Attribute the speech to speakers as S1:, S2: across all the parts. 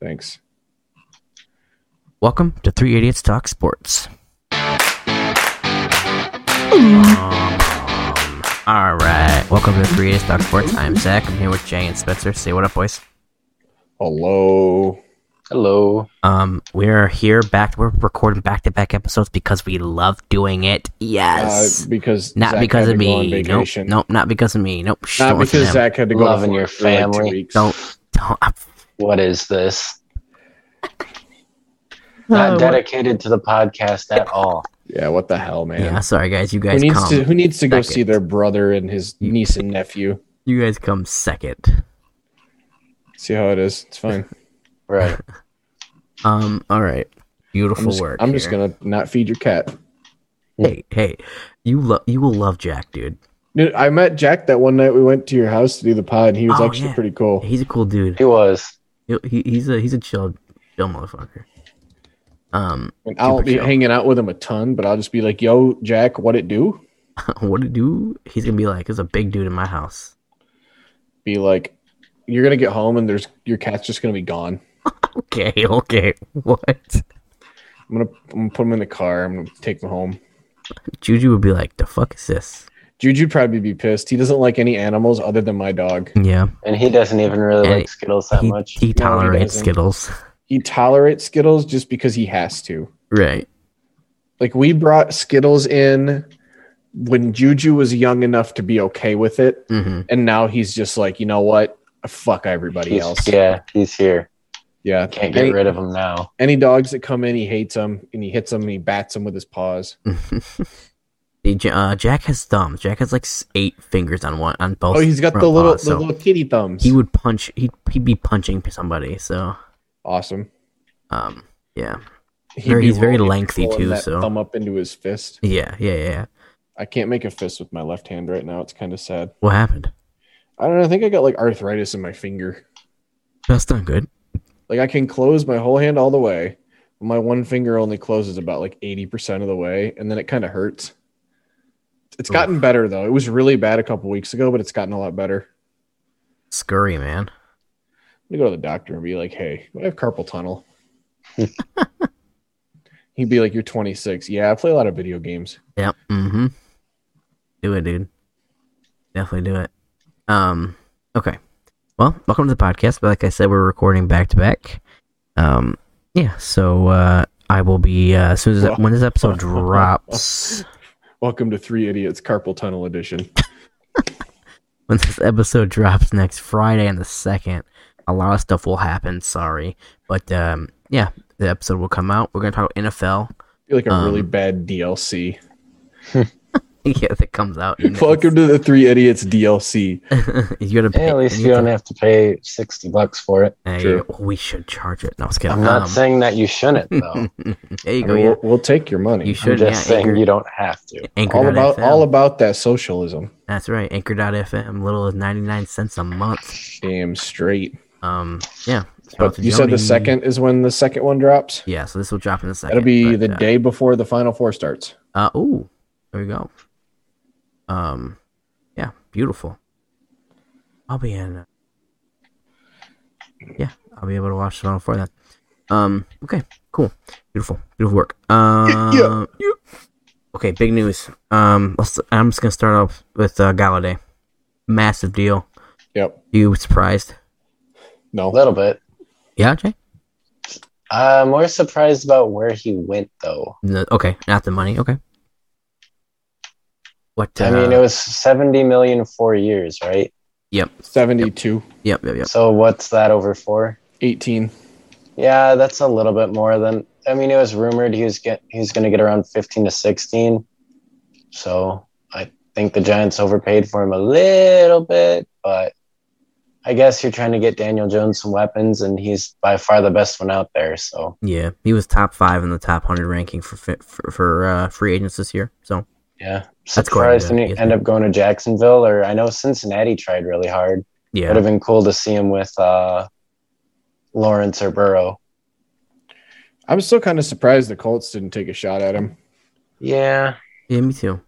S1: Thanks.
S2: Welcome to Three Idiots Talk Sports. Um, All right, welcome to Three Idiots Talk Sports. I'm Zach. I'm here with Jay and Spencer. Say what up, boys.
S1: Hello.
S3: Hello.
S2: Um, we are here back. We're recording back-to-back episodes because we love doing it.
S1: Uh,
S2: Yes,
S1: because
S2: not
S1: Zach
S2: because
S1: had
S2: of
S1: to go on
S2: me. Nope,
S1: vacation.
S2: nope, not because of me. Nope. Shh,
S1: Not
S2: don't listen
S1: because
S2: to him.
S1: Zach had to go
S3: Loving
S1: off
S3: your
S1: work for like two
S3: family.
S1: weeks.
S2: Don't. Don't. I'm
S3: What is this? Not dedicated to the podcast at all.
S1: Yeah, what the hell, man?
S2: Yeah, sorry guys. You
S1: who
S2: guys
S1: needs
S2: come.
S1: to who needs to go
S2: second.
S1: see their brother and his niece and nephew?
S2: you guys come second.
S1: See how it is. It's fine.
S3: Right.
S2: Um. All right. Beautiful
S1: I'm just,
S2: work.
S1: I'm just
S2: here.
S1: gonna not feed your cat.
S2: Hey, hey, you love you will love Jack, dude.
S1: Dude, I met Jack that one night we went to your house to do the pod. And he was
S2: Oh,
S1: actually
S2: yeah.
S1: pretty cool.
S2: He's a cool dude.
S3: He was.
S2: He, he- he's a he's a chill chill motherfucker. Um,
S1: And I won't be
S2: chill.
S1: hanging out with him a ton, but I'll just be like, "Yo, Jack, what it do?"
S2: what to do? He's gonna be like, there's a big dude in my house.
S1: Be like, "You're gonna get home and there's your cat's just gonna be gone."
S2: Okay, okay, what?
S1: I'm gonna, I'm gonna put him in the car. I'm gonna take him home.
S2: Juju would be like, the fuck is this?
S1: Juju'd probably be pissed. He doesn't like any animals other than my dog.
S2: Yeah,
S3: And he doesn't even really
S2: And
S3: like Skittles that
S2: he,
S3: much.
S2: he tolerates
S1: doesn't.
S2: Skittles,
S1: He tolerates Skittles just because he has to.
S2: right?
S1: Like we brought Skittles in when Juju was young enough to be okay with it,
S2: hmm
S1: and now he's just like, you know what? Fuck everybody
S3: He's-
S1: else. Yeah.
S3: yeah, he's here. Can't get
S1: any,
S3: rid of him now.
S1: any dogs that come in, he hates them, and he hits them, and he bats them with his paws.
S2: mm-hmm. uh, Jack has thumbs. Jack has like s- eight fingers on one on both.
S1: Oh, he's got
S2: front
S1: the little,
S2: paws,
S1: the
S2: so
S1: little kitty thumbs.
S2: he would punch. He'd, he'd be punching somebody. So,
S1: awesome.
S2: um, yeah,
S1: He'd
S2: Very-
S1: be
S2: he's very
S1: rolling-
S2: lengthy,
S1: rolling
S2: too,
S1: that
S2: so-
S1: thumb up into his fist.
S2: yeah, yeah, yeah.
S1: I can't make a fist with my left hand right now. It's kind of sad.
S2: What happened?
S1: I don't know. I think I got like arthritis in my finger.
S2: That's not good.
S1: Like I can close my whole hand all the way. But my one finger only closes about like 80% of the way and then it kind of hurts. It's gotten better though. It was really bad a couple weeks ago, but it's gotten a lot better.
S2: Scurry, man.
S1: I'm gonna go to the doctor and be like, hey, I have carpal tunnel. He'd be like, You're 26. Yeah, I play a lot of video games.
S2: Yep. Mm-hmm. Do it, dude. Definitely do it. Um. Okay. Well, welcome to the podcast. But like I said, we're recording back to back. Um. Yeah. So uh, I will be uh, as soon as when this episode drops.
S1: Welcome to Three Idiots Carpal Tunnel Edition.
S2: When this episode drops next Friday on the second, a lot of stuff will happen. Sorry, but um. Yeah, the episode will come out. We're gonna talk about NFL.
S1: Be like a really
S2: Um,
S1: bad DLC.
S2: yeah, that comes out. next.
S1: Welcome to the Three Idiots DLC.
S2: you gotta pay.
S3: Yeah, at least you don't have to pay sixty bucks for it.
S2: Hey,
S1: True.
S2: we should charge it. No, I was kidding.
S3: I'm not
S2: Um,
S3: saying that you shouldn't though.
S2: There you
S1: I
S2: go.
S1: mean,
S2: Yeah,
S1: we'll, we'll take your money.
S2: you
S3: I'm
S2: should.
S3: just
S2: yeah,
S3: saying you don't have to.
S2: Anchor,
S1: all about
S2: Anchor.fm.
S1: all about that socialism.
S2: That's right. Anchor.fm, little as ninety nine cents a month.
S1: Damn straight.
S2: Um, yeah. Shout out
S1: But
S2: to
S1: you said
S2: Jody.
S1: the second is when the second one drops.
S2: Yeah, so this will drop in a second.
S1: That'll be
S2: but,
S1: the
S2: uh,
S1: day before the final four starts.
S2: Uh, ooh, there we go. Um, yeah, beautiful. I'll be in. uh, Yeah, I'll be able to watch the final four then. Um, okay, cool, beautiful, beautiful work. Um,
S1: yeah.
S2: Okay, big news. Um, let's, I'm just gonna start off with uh, Galladay. Massive deal.
S1: Yep.
S2: You surprised?
S3: A
S1: No.
S3: little bit.
S2: Yeah, Jay.
S3: Uh, more surprised about where he went though.
S2: No, okay, not the money. Okay. What? Uh,
S3: I mean, it was seventy million four years, right?
S2: Yep.
S1: 72,
S2: Yep. Yep. Yep.
S3: So what's that over for?
S1: 18.
S3: Yeah, that's a little bit more than. I mean, it was rumored he was get he's going to get around fifteen to sixteen. So I think the Giants overpaid for him a little bit, but I guess you're trying to get Daniel Jones some weapons, and he's by far the best one out there. So
S2: Yeah, he was top five in the top hundred ranking for fi- for, for uh, free agents this year. So
S3: yeah,
S2: That's quite
S3: surprised
S2: good,
S3: he
S2: yeah.
S3: didn't end up going to Jacksonville, or I know Cincinnati tried really hard. Would
S2: yeah,
S3: have been cool to see him with uh, Lawrence or Burrow.
S1: I'm still kind of surprised the Colts didn't take a shot at him.
S3: Yeah,
S2: yeah, me too.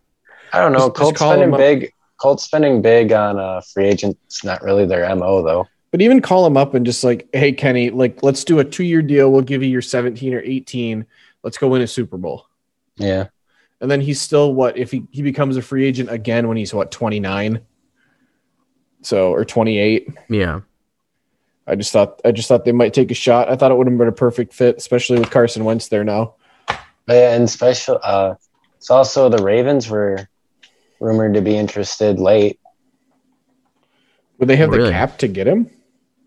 S3: I don't know.
S1: Just- just
S3: Colts
S1: call him
S3: spending
S1: up.
S3: big. Colts spending big on uh, free agents. Not really their mo though.
S1: But even call him up and just like, hey Kenny, like let's do a two year deal. We'll give you your 17 or 18. Let's go win a Super Bowl.
S3: Yeah.
S1: And then he's still what if he, he becomes a free agent again when he's what 29? So or 28.
S2: Yeah.
S1: I just thought I just thought they might take a shot. I thought it would have been a perfect fit, especially with Carson Wentz there now.
S3: But yeah, and special. Uh, it's also the Ravens were rumored to be interested late.
S1: Would they have
S2: Really?
S1: the cap to get him?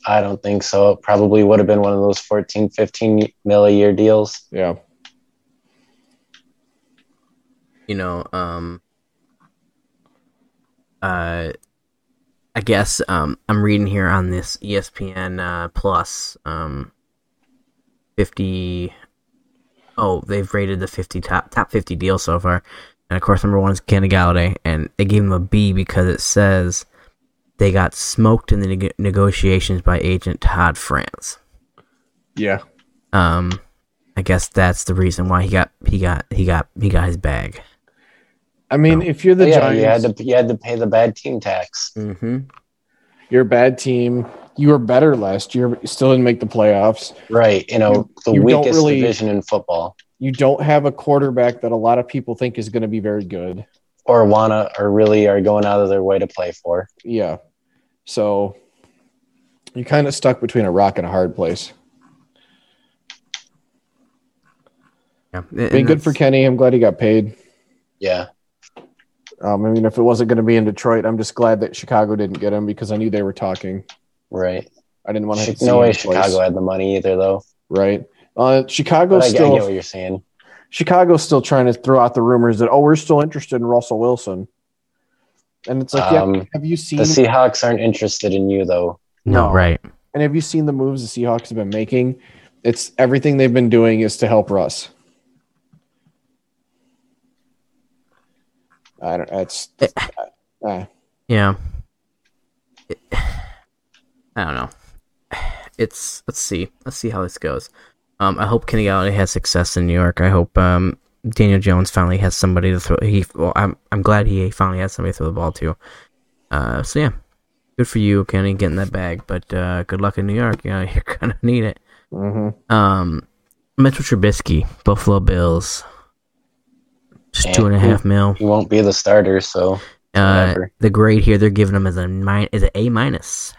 S3: I don't think so. It probably would have been one of those 14, 15 mil a year deals.
S1: Yeah.
S2: you know, um, uh, I guess um, I'm reading here on this ESPN uh, Plus um, 50. Oh, they've rated the 50 top top 50 deals so far, and of course, number one is Kenny Galladay, and they gave him a B because it says they got smoked in the neg- negotiations by agent Todd France.
S1: Yeah.
S2: Um, I guess that's the reason why he got he got he got he got his bag.
S1: I mean,
S2: No.
S1: if you're the
S3: Oh, yeah,
S1: Giants,
S3: you had to you had to pay the bad team tax.
S2: Mm-hmm.
S1: you're a bad team. You were better last year, but you still didn't make the playoffs.
S3: Right. You know, the
S1: you don't
S3: weakest
S1: really-
S3: division in football.
S1: You don't have a quarterback that a lot of people think is going to be very good.
S3: Or wanna or really are going out of their way to play for.
S1: Yeah. So you're kind of stuck between a rock and a hard place.
S2: Yeah,
S1: I mean, good for Kenny. I'm glad he got paid.
S3: Yeah.
S1: Um, I mean, if it wasn't going to be in Detroit, I'm just glad that Chicago didn't get him because I knew they were talking.
S3: Right.
S1: I didn't want to. have to
S3: Chi-
S1: see
S3: no
S1: him
S3: way
S1: twice,
S3: Chicago had the money either though.
S1: right? Uh, Chicago's
S3: But I, I get
S1: still
S3: what you're saying.
S1: Chicago's still trying to throw out the rumors that oh we're still interested in Russell Wilson, and it's like yeah,
S3: Um,
S1: have you
S3: The
S1: seen
S3: Seahawks aren't interested in you though.
S2: No,
S1: No.
S2: right.
S1: and have you seen the moves the Seahawks have been making? It's everything they've been doing is to help Russ. I don't. That's uh,
S2: Yeah. It- I don't know. It's let's see. Let's see how this goes. Um, I hope Kenny Galladay has success in New York. I hope um Daniel Jones finally has somebody to throw. He well, I'm I'm glad he finally has somebody to throw the ball to. Uh, so yeah, good for you, Kenny, getting that bag. But uh, good luck in New York. You know you're gonna need it.
S1: mhm.
S2: Um, Mitchell Trubisky, Buffalo Bills, just two and a
S3: And-
S2: half mil.
S3: You won't be the starter, so
S2: Uh,
S3: Whatever.
S2: the grade here they're giving him is a min- is an A minus.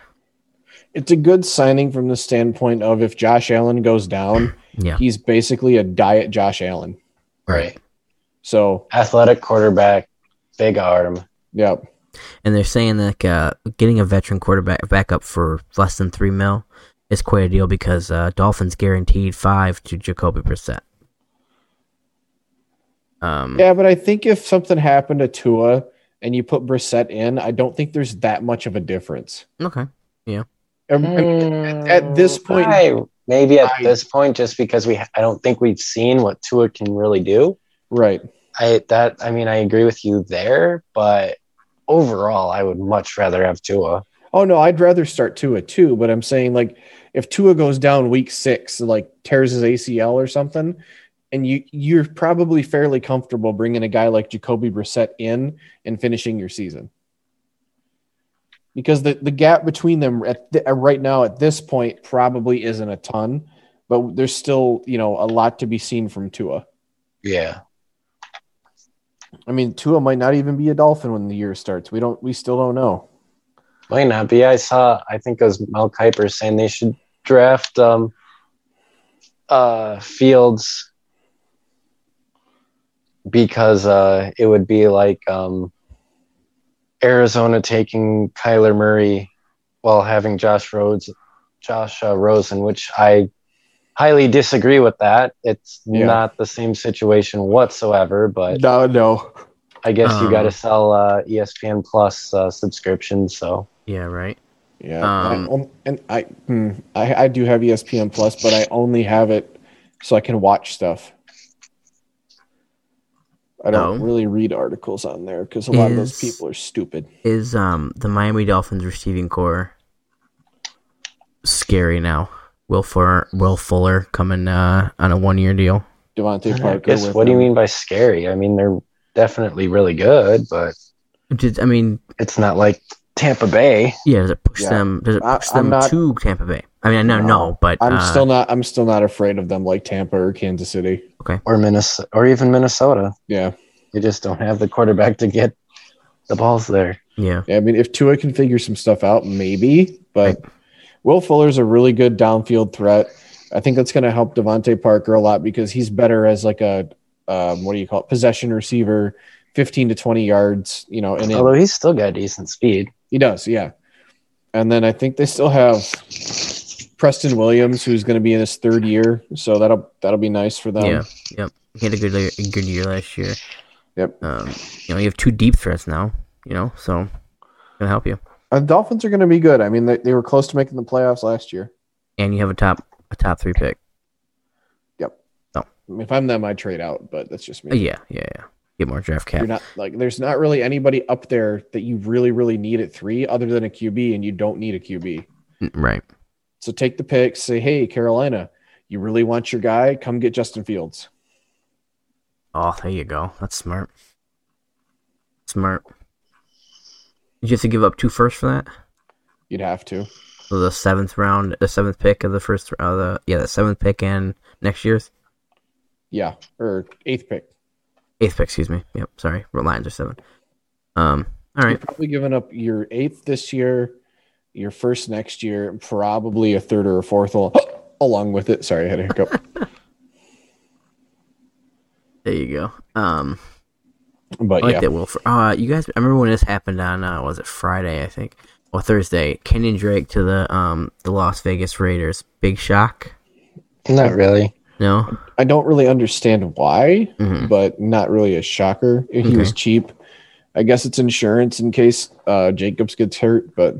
S1: It's a good signing from the standpoint of if Josh Allen goes down,
S2: Yeah.
S1: he's basically a diet Josh Allen.
S3: right.
S1: So
S3: Athletic quarterback, big arm.
S1: yeah,
S2: And they're saying that uh, getting a veteran quarterback backup for less than three mil is quite a deal because uh, Dolphins guaranteed five to Jacoby Brissett. Um,
S1: yeah, but I think if something happened to Tua and you put Brissett in, I don't think there's that much of a difference.
S2: Okay.
S1: Ev- I
S3: Hmm.
S1: mean, at this point-
S3: I- maybe at
S1: I-
S3: this point, just because we, I don't think we've seen what Tua can really do.
S1: Right.
S3: I that I mean, I agree with you there, but overall, I would much rather have Tua.
S1: Oh no, I'd rather start Tua too, but I'm saying like if Tua goes down week six, like tears his ACL or something, and you you're probably fairly comfortable bringing a guy like Jacoby Brissett in and finishing your season. Because the, the gap between them at the, uh, right now at this point probably isn't a ton, but there's still you know a lot to be seen from Tua.
S3: Yeah,
S1: I mean, Tua might not even be a Dolphin when the year starts. We don't we still don't know.
S3: might not be. I saw. I think it was Mel Kiper saying they should draft um, uh, Fields because uh, it would be like um, Arizona taking Kyler Murray while having Josh Rhodes, Josh uh, Rosen, which I highly disagree with. That it's
S1: Yeah.
S3: not the same situation whatsoever. But
S1: No, no.
S3: I guess you
S2: Um.
S3: got to sell uh, ESPN Plus uh, subscription, so
S2: Yeah. Right.
S1: Yeah,
S2: Um,
S1: I, on- and I, hmm, I I do have ESPN Plus, but I only have it so I can watch stuff. I don't
S2: Oh. Mm.
S1: really read articles on there because a lot of those
S2: Is-
S1: people are stupid.
S2: Is um the Miami Dolphins receiving core scary now? Will Fuller, Will Fuller coming uh, on a one year deal.
S1: Devontae
S3: I
S1: Parker.
S3: guess,
S1: with
S3: what do you
S1: them.
S3: mean by scary? I mean, they're definitely really good, but
S2: Did, I mean,
S3: it's not like Tampa Bay.
S2: Yeah, does it push
S1: Yeah.
S2: them? Does it
S1: I-
S2: push
S1: I'm
S2: them
S1: not-
S2: to Tampa Bay? I mean, I know,
S1: No.
S2: no, but
S1: I'm
S2: uh,
S1: still not. I'm still not afraid of them like Tampa or Kansas City.
S3: or Minnesota, or even Minnesota.
S1: Yeah,
S3: They just don't have the quarterback to get the balls there.
S2: yeah,
S1: I mean, if Tua can figure some stuff out, maybe. But Will Fuller's a really good downfield threat. I think that's going to help Devontae Parker a lot because he's better as like a um, what do you call it possession receiver, fifteen to twenty yards. You know, and
S3: Although he's still got decent speed.
S1: He does, yeah. And then I think they still have Preston Williams, who's going to be in his third year, so that'll that'll be nice for them.
S2: yeah, yep. He had a good a good year last year.
S1: Yep.
S2: Um, you know, you have two deep threats now. You know, so gonna help you,
S1: And Dolphins are going to be good. I mean, they, they were close to making the playoffs last year.
S2: and you have a top a top three pick.
S1: I mean, if I'm them, I trade out, but that's just
S2: Uh,
S1: me.
S2: yeah, yeah, yeah. Get more draft cap.
S1: You're not like there's not really anybody up there that you really really need at three, other than a QB, and you don't need a QB.
S2: Mm, Right.
S1: So take the pick. Say, hey, Carolina, you really want your guy? Come get Justin Fields.
S2: Oh, there you go. That's smart. Smart. Did you have to give up two firsts for that?
S1: You'd have to.
S2: So the seventh round, the seventh pick of the first, uh, the yeah, the seventh pick and next year's
S1: Yeah, or eighth pick.
S2: eighth pick. Excuse me. Yep. Sorry. Well, Lions are seven. Um. All
S1: You're
S2: right.
S1: probably giving up your eighth this year, your first next year, and probably a third or a fourth al- along with it. Sorry, I had a hiccup.
S2: There you go. Um.
S1: But
S2: I like
S1: yeah,
S2: that Wilford. Uh, you guys, I remember when this happened on uh, was it Friday? I think or Thursday. Kenyon Drake to the um the Las Vegas Raiders. Big shock.
S3: Not really.
S2: No.
S1: I don't really understand why,
S2: Mhm.
S1: but not really a shocker. He was cheap. I guess it's insurance in case uh, Jacobs gets hurt, but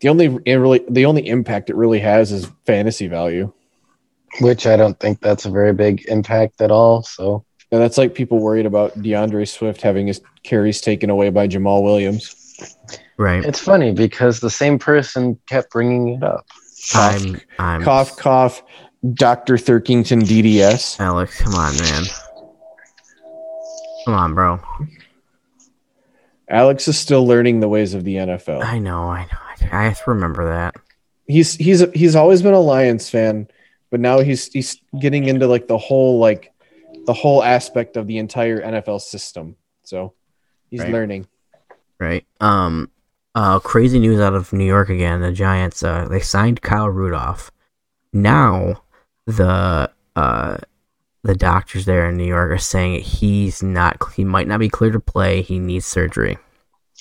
S1: the only it really the only impact it really has is fantasy value.
S3: Which I don't think that's a very big impact at all. So
S1: And that's like people worried about DeAndre Swift having his carries taken away by Jamal Williams.
S2: Right.
S3: it's funny because the same person kept bringing it up.
S2: I'm. I'm.
S1: Cough, cough, Dr. Thurkington DDS.
S2: Alex, come on, man. Come on, bro.
S1: Alex is still learning the ways of the NFL.
S2: I know. I know. I, I have to remember that.
S1: He's he's he's always been a Lions fan, but now he's he's getting into like the whole like the whole aspect of the entire NFL system. So he's
S2: Right.
S1: learning.
S2: Right. Um. Uh. Crazy news out of New York again. The Giants. Uh. They signed Kyle Rudolph. Now, the uh, the doctors there in New York are saying he's not. He might not be clear to play. He needs surgery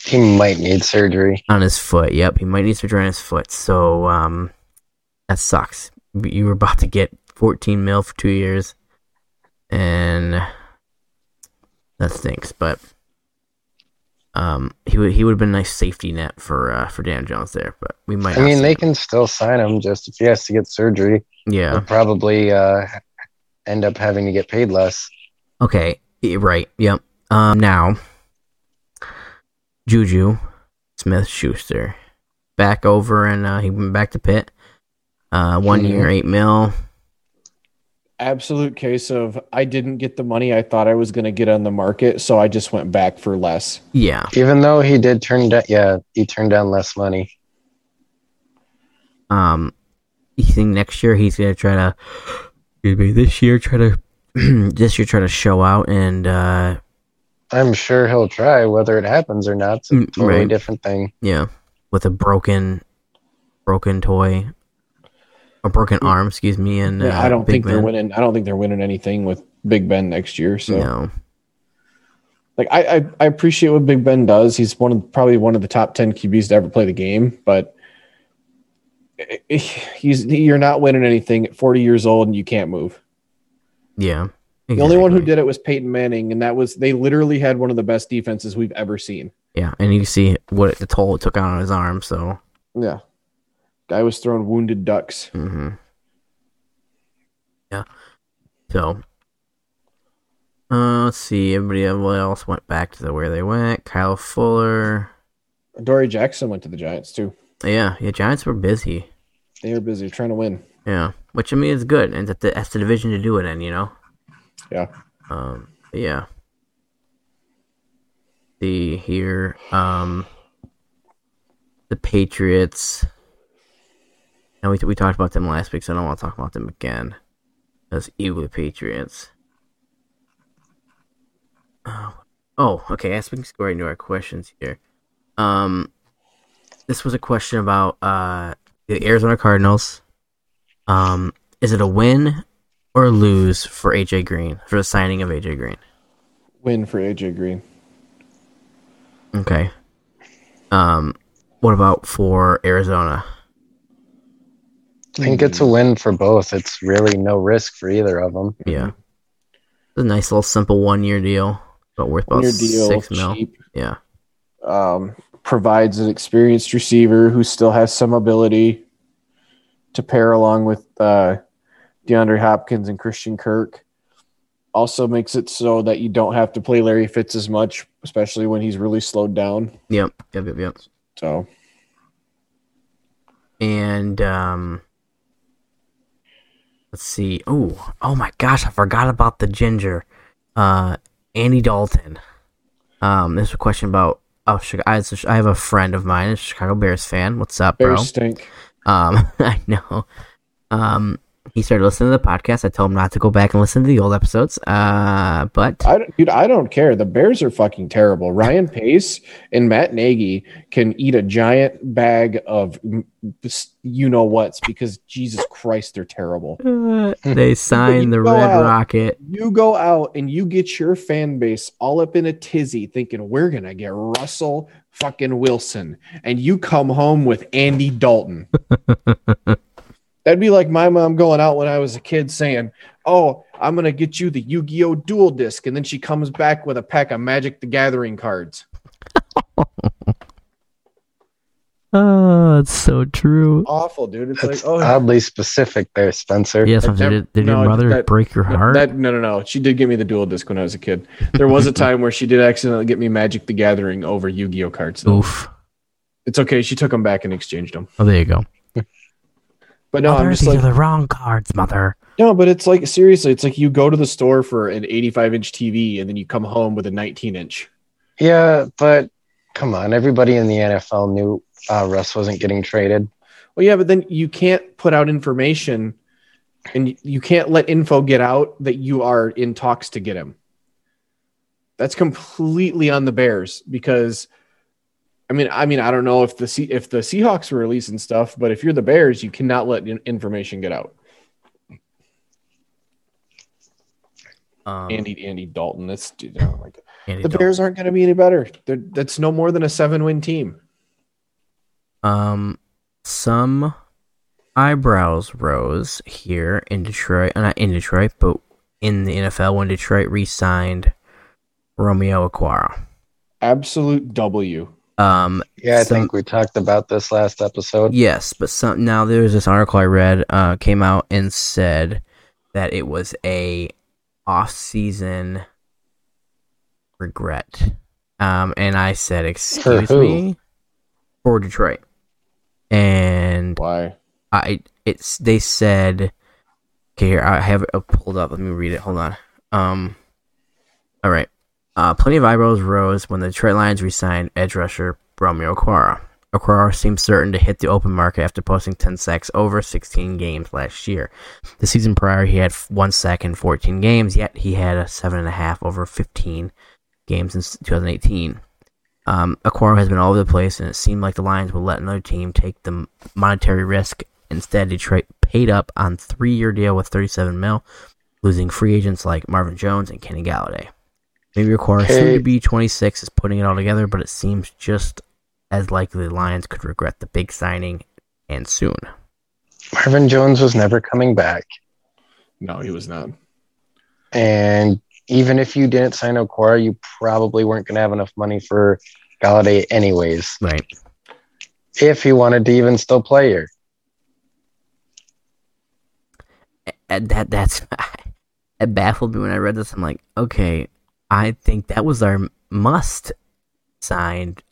S3: He might need surgery.
S2: on his foot. Yep. He might need surgery on his foot. So um, that sucks. You were about to get 14 mil for two years, and that stinks. But um, he would he would have been a nice safety net for uh, for Dan Jones there. But we might.
S3: I
S2: not
S3: mean,
S2: see
S3: they
S2: him.
S3: can still sign him just if he has to get surgery. He'll
S2: Yeah.
S3: probably uh, end up having to get paid less.
S2: Okay. y- Right. Yep. Um. Now, Juju Smith Schuster back over, and uh, he went back to Pitt. Uh, one
S3: Mhm.
S2: year, eight mil.
S1: Absolute case of I didn't get the money I thought I was going to get on the market, so I just went back for less.
S2: Yeah.
S3: Even though he did turn down, yeah, he turned down less money.
S2: Um, you think next year he's gonna try to? Excuse me. This year, try to. this year, try to show out and uh,
S3: I'm sure he'll try, whether it happens or not. It's a
S2: Mm,
S3: totally
S2: right.
S3: different thing.
S2: yeah, with a broken, broken toy, a broken arm. Excuse me. And
S1: Yeah,
S2: uh,
S1: I don't
S2: Big
S1: think they're
S2: Ben.
S1: winning. I don't think they're winning anything with Big Ben next year. So
S2: No.
S1: like I, I I appreciate what Big Ben does. He's one of probably one of the top ten QBs to ever play the game, but i- i- he's you're not winning anything at 40 years old and you can't move.
S2: Yeah.
S1: The only one who
S2: exactly.
S1: did it was Peyton Manning, and that was they literally had one of the best defenses we've ever seen.
S2: Yeah, and you see what the toll it took on his arm. So,
S1: Yeah, guy was throwing wounded ducks.
S2: hmm yeah. So, uh, let's see. Everybody else went back to the where they went. Kyle Fuller.
S1: Dory Jackson went to the Giants too.
S2: Yeah, yeah. Giants were busy.
S1: They were busy trying to win.
S2: Yeah, which I mean is good, and that the, that's the division to do it in. You know.
S1: Yeah.
S2: Um. but yeah. See here. Um. the Patriots. And we, we talked about them last week, so I don't want to talk about them again. Those evil Patriots. Oh, oh okay. I think we can go right into our questions here. Um, this was a question about uh, the Arizona Cardinals. Um, is it a win or lose for AJ Green for the signing of AJ Green?
S1: Win for AJ Green.
S2: Okay. Um, what about for Arizona?
S3: I think it's a win for both. It's really no risk for either of them.
S1: Mm-hmm.
S2: Yeah, it's a nice little simple one-year deal, but worth about
S1: One-year deal,
S2: six mil.
S1: cheap.
S2: Yeah,
S1: Um, provides an experienced receiver who still has some ability to pair along with uh, DeAndre Hopkins and Christian Kirk. Also makes it so that you don't have to play Larry Fitz as much, especially when he's really slowed down.
S2: yep, yep, yep, yep.
S1: So
S2: And um, let's see. Oh, oh my gosh, I forgot about the ginger, uh, Andy Dalton. Um, there's a question about. Oh, Chicago, I I have a friend of mine, a Chicago Bears fan. What's up, bro?
S1: Bears stink.
S2: Um, I know. Um, he started listening to the podcast. I told him not to go back and listen to the old episodes. Uh, but
S1: I don't, dude, I don't care. The Bears are fucking terrible. Ryan Pace and Matt Nagy can eat a giant bag of mm, s- you know what's because Jesus Christ, they're terrible.
S2: uh, they signed the
S1: go
S2: Red
S1: out.
S2: Rocket.
S1: You go out and you get your fan base all up in a tizzy, thinking we're gonna get Russell fucking Wilson, and you come home with Andy Dalton. That'd be like my mom going out when I was a kid saying, "Oh, I'm gonna get you the Yu-Gi-Oh dual disc," and then she comes back with a pack of Magic the Gathering cards.
S2: Oh, that's so true.
S1: Awful, dude. It's
S3: That's
S1: like, oh,
S3: oddly specific there, Spencer.
S2: Yes,
S1: I've
S2: did,
S1: never-
S2: your- did your
S1: no,
S2: mother
S1: that-
S2: break your heart?
S1: That no no no. She did give me the dual disc when I was a kid. There was a time where she did accidentally get me Magic the Gathering over Yu-Gi-Oh cards. Though.
S2: Oof.
S1: It's okay. She took them back and exchanged them.
S2: Oh, there you go.
S1: But no,
S2: Mother,
S1: I'm just
S2: these
S1: like
S2: are the wrong cards, mother.
S1: no. But it's like seriously, it's like you go to the store for an 85 inch TV and then you come home with a 19 inch.
S3: Yeah, but come on, everybody in the NFL knew uh, Russ wasn't getting traded.
S1: Well, yeah, but then you can't put out information, and y- you can't let info get out that you are in talks to get him. That's completely on the Bears because, I mean, I mean, I don't know if the Se- if the Seahawks were releasing stuff, but if you're the Bears, you cannot let in- information get out.
S2: Um,
S1: Andy Andy Dalton, that's dude, I don't like it.
S2: Andy
S1: the
S2: Dalton.
S1: Bears aren't going to be any better. They're, that's no more than a seven win team.
S2: Um, some eyebrows rose here in Detroit, uh, not in Detroit, but in the NFL when Detroit re-signed Romeo Aquara.
S1: Absolute W.
S2: Um,
S3: Yeah, I
S2: Some-
S3: think we talked about this last episode.
S2: yes, but some now there was this article I read uh, came out and said that it was a off-season regret. Um, and I said, "Excuse
S3: who?
S2: me," for Detroit, and
S1: Why?
S2: I it's they said okay here I have it oh, pulled up let me read it hold on um all right uh plenty of eyebrows rose when the Detroit Lions re-signed edge rusher Romeo Aquara Aquara seems certain to hit the open market after posting 10 sacks over 16 games last year the season prior he had f- one sack in 14 games yet he had a seven and a half over 15 games in s- 2018 um, Aquaro has been all over the place, and it seemed like the Lions would let another team take the m- monetary risk. Instead, Detroit paid up on three-year deal with 37 mil, losing free agents like Marvin Jones and Kenny Galladay. Maybe Aquaro,
S3: Hey.
S2: soon to be 26, is putting it all together, but it seems just as likely the Lions could regret the big signing, and soon.
S3: Marvin Jones was never coming back.
S1: No, he was not.
S3: And even if you didn't sign Okora, you probably weren't going to have enough money for Galladay, anyways,
S2: Right.
S3: if he wanted to even still play here.
S2: and that that's it baffled me when I read this. I'm like, okay, I think that was our must signed,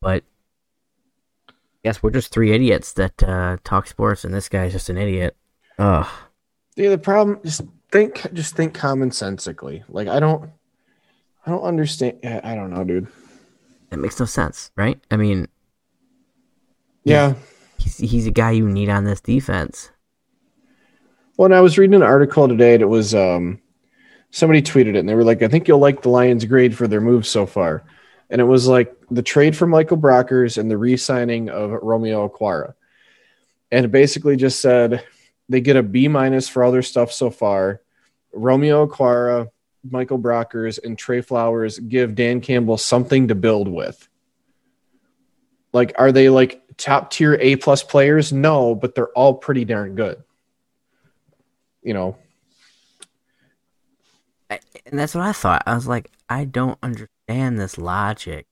S2: but guess we're just three idiots that uh, talk sports, and this guy's just an idiot. Ugh.
S1: Yeah, the problem is think just think common sensically. Like I don't I don't understand I I don't know, dude.
S2: That makes no sense, right? I mean,
S1: Yeah.
S2: He's, he's a guy you need on this defense.
S1: Well, and I was reading an article today and it was um, somebody tweeted it and they were like, I think you'll like the Lions grade for their moves so far. And it was like the trade for Michael Brockers and the re signing of Romeo Aquara. And it basically just said they get a B minus for all their stuff so far. Romeo Aquara, Michael Brockers, and Trey Flowers give Dan Campbell something to build with. Like, are they like top tier A plus players? No, but they're all pretty darn good. You know,
S2: I, and that's what I thought. I was like, I don't understand this logic.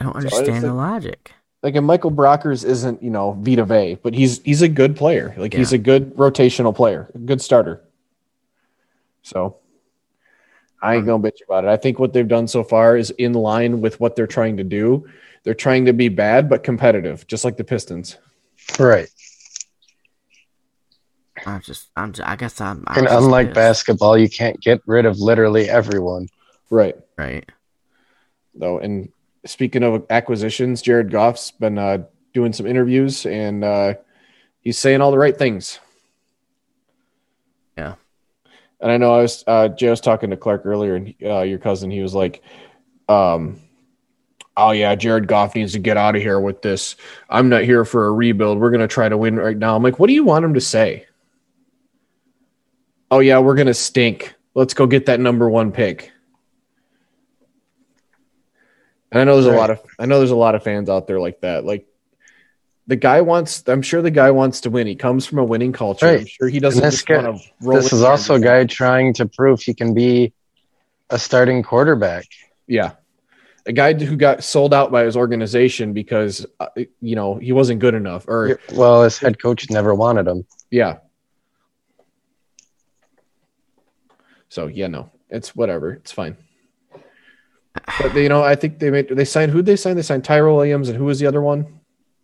S2: I don't
S1: So I just
S2: understand the
S1: think-
S2: logic.
S1: like and Michael Brockers isn't, you know, Vita Vey, but he's he's a good player. Like he's
S2: Yeah.
S1: a good rotational player, a good starter. So I ain't gonna bitch about it. I think what they've done so far is in line with what they're trying to do. They're trying to be bad but competitive, just like the Pistons.
S3: Right.
S2: I'm just, I'm, just, I guess I'm. I'm
S3: And
S2: just
S3: unlike
S2: pissed,
S3: basketball, you can't get rid of literally everyone.
S1: Right.
S2: right?
S1: Though and speaking of acquisitions, Jared Goff's been uh, doing some interviews and uh, he's saying all the right things.
S2: Yeah.
S1: And I know I was uh, Jay was talking to Clark earlier, and uh, your cousin. He was like, um, "Oh yeah, Jared Goff needs to get out of here with this. I'm not here for a rebuild. We're gonna try to win right now." I'm like, "What do you want him to say?" Oh yeah, we're gonna stink. Let's go get that number one pick. And I know there's a
S3: Right.
S1: lot of I know there's a lot of fans out there like that. Like the guy wants. I'm sure the guy wants to win. He comes from a winning culture. I'm
S3: Right.
S1: sure he doesn't
S3: this
S1: just
S3: guy-
S1: want to roll.
S3: this
S1: in
S3: is
S1: there
S3: also a
S1: and-
S3: guy trying to prove he can be a starting quarterback.
S1: Yeah. A guy who got sold out by his organization because, uh, you know, he wasn't good enough. Or,
S3: Well, his head coach never wanted him.
S1: yeah. So, yeah, no, it's whatever. It's fine. But, you know, I think they made, they signed, who'd they sign? They signed Tyrell Williams and who was the other one?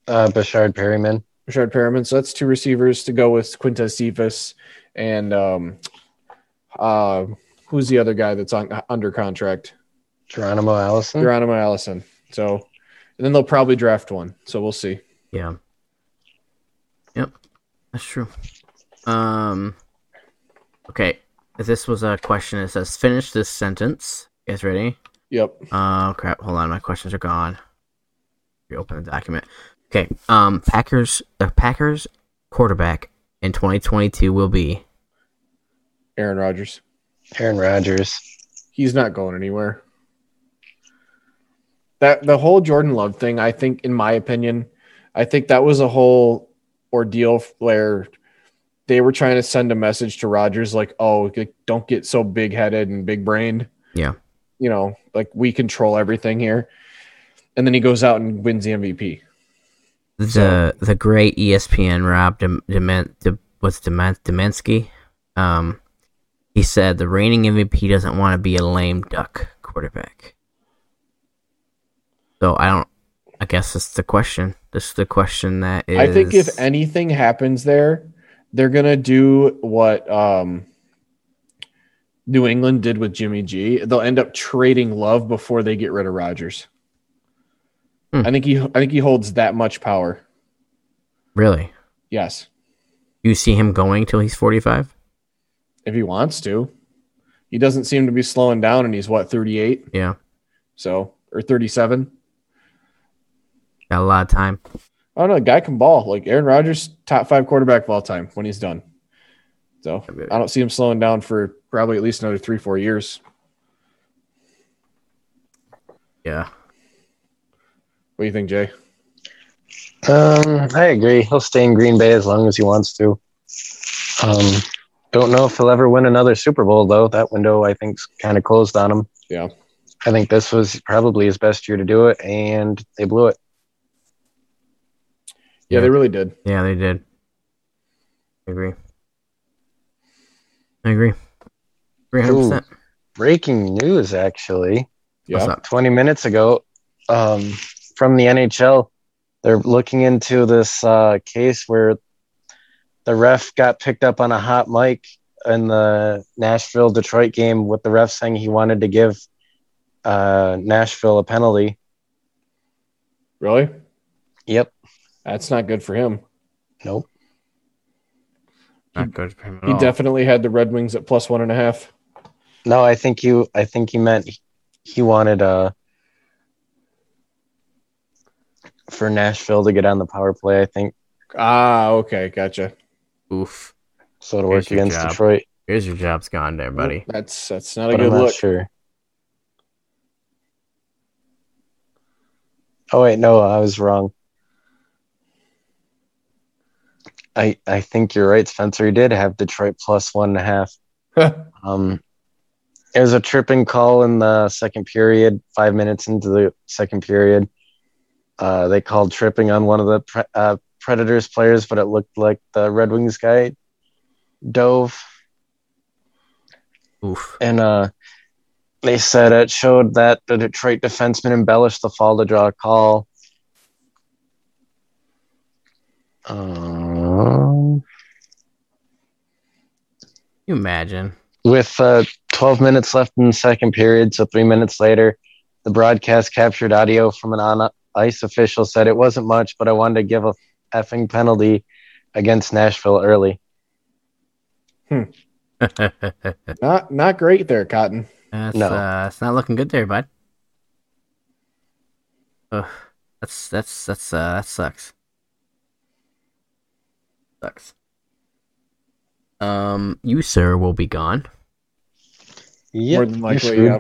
S3: Uh, Bashard Perryman.
S1: Richard Perriman. So that's two receivers to go with Quintez Cephas and, um, uh, who's the other guy that's on under contract?
S3: Geronimo Allison.
S1: Geronimo Allison. So, and then they'll probably draft one. So we'll see.
S2: Yeah. Yep, that's true. Um. Okay, this was a question. It says, "Finish this sentence." You guys ready?
S1: Yep.
S2: Oh crap! Hold on, my questions are gone. Reopen the document. Okay. Um, Packers. Uh, Packers quarterback in 2022 will be.
S1: Aaron Rodgers.
S3: Aaron Rodgers.
S1: He's not going anywhere. That the whole Jordan Love thing, I think, in my opinion, I think that was a whole ordeal where they were trying to send a message to Rodgers, like, oh, like, don't get so big headed and big brained.
S2: Yeah.
S1: You know, like we control everything here. And then he goes out and wins the MVP.
S2: the the great E ESPN Rob Dem- Dement De- what's Dement Demensky, um, he said the reigning MVP doesn't want to be a lame duck quarterback. So I don't. I guess that's the question. This is the question that is.
S1: I think if anything happens there, they're gonna do what um, New England did with Jimmy G. They'll end up trading Love before they get rid of Rodgers.
S2: Hmm.
S1: I think he, I think he holds that much power.
S2: really
S1: Yes,
S2: you see him going till he's forty five.
S1: if he wants to. He doesn't seem to be slowing down, and he's what thirty eight,
S2: Yeah,
S1: so or thirty seven.
S2: got a lot of time.
S1: I don't know. The guy can ball like Aaron Rodgers, top five quarterback of all time when he's done. So I don't see him slowing down for probably at least another three four years.
S2: Yeah,
S1: What do you think, Jay?
S3: Um, I agree. He'll stay in Green Bay as long as he wants to. Um, don't know if he'll ever win another Super Bowl though. That window I think's kind of closed on him.
S1: Yeah.
S3: I think this was probably his best year to do it, and they blew it.
S1: Yeah,
S2: Yeah.
S1: they really did.
S2: yeah, they did. I agree. I agree. Three hundred percent.
S3: Breaking news, actually.
S2: What's
S1: Yeah.
S2: up?
S3: 20 minutes ago um, from the NHL. They're looking into this uh, case where the ref got picked up on a hot mic in the Nashville Detroit game with the ref saying he wanted to give uh, Nashville a penalty.
S1: Really?
S3: Yep.
S1: That's not good for him.
S3: Nope.
S2: Not good for him at
S1: He
S2: all.
S1: definitely had the Red Wings at plus one and a half.
S3: No, I think you. I think he meant he, he wanted uh for Nashville to get on the power play. I think
S1: Ah, okay, gotcha.
S2: Oof.
S3: so to
S2: Here's
S3: work
S2: your
S3: against
S2: job.
S3: Detroit,
S2: Here's your job's gone there, buddy.
S1: That's that's not a
S3: but I'm
S1: good
S3: not
S1: look.
S3: sure. Oh wait, no, I was wrong. I I think you're right, Spencer. He did have Detroit plus one and a half. Um, it was a tripping call in the second period, five minutes into the second period. Uh, they called tripping on one of the pre- uh, Predators players, but it looked like the Red Wings guy dove.
S2: Oof.
S3: And uh, they said it showed that the Detroit defenseman embellished the fall to draw a call. Um,
S2: Can you imagine?
S3: with uh, 12 minutes left in the second period, so three minutes later, the broadcast captured audio from an on ice official said it wasn't much, but I wanted to give a effing penalty against Nashville early.
S2: that's
S1: Not not great there, Cotton.
S3: No.
S2: uh, it's not looking good there, bud. Ugh. That's that's that's uh, that sucks. Sucks. Um, you sir will be gone.
S3: Yeah,
S1: More than likely. Yeah.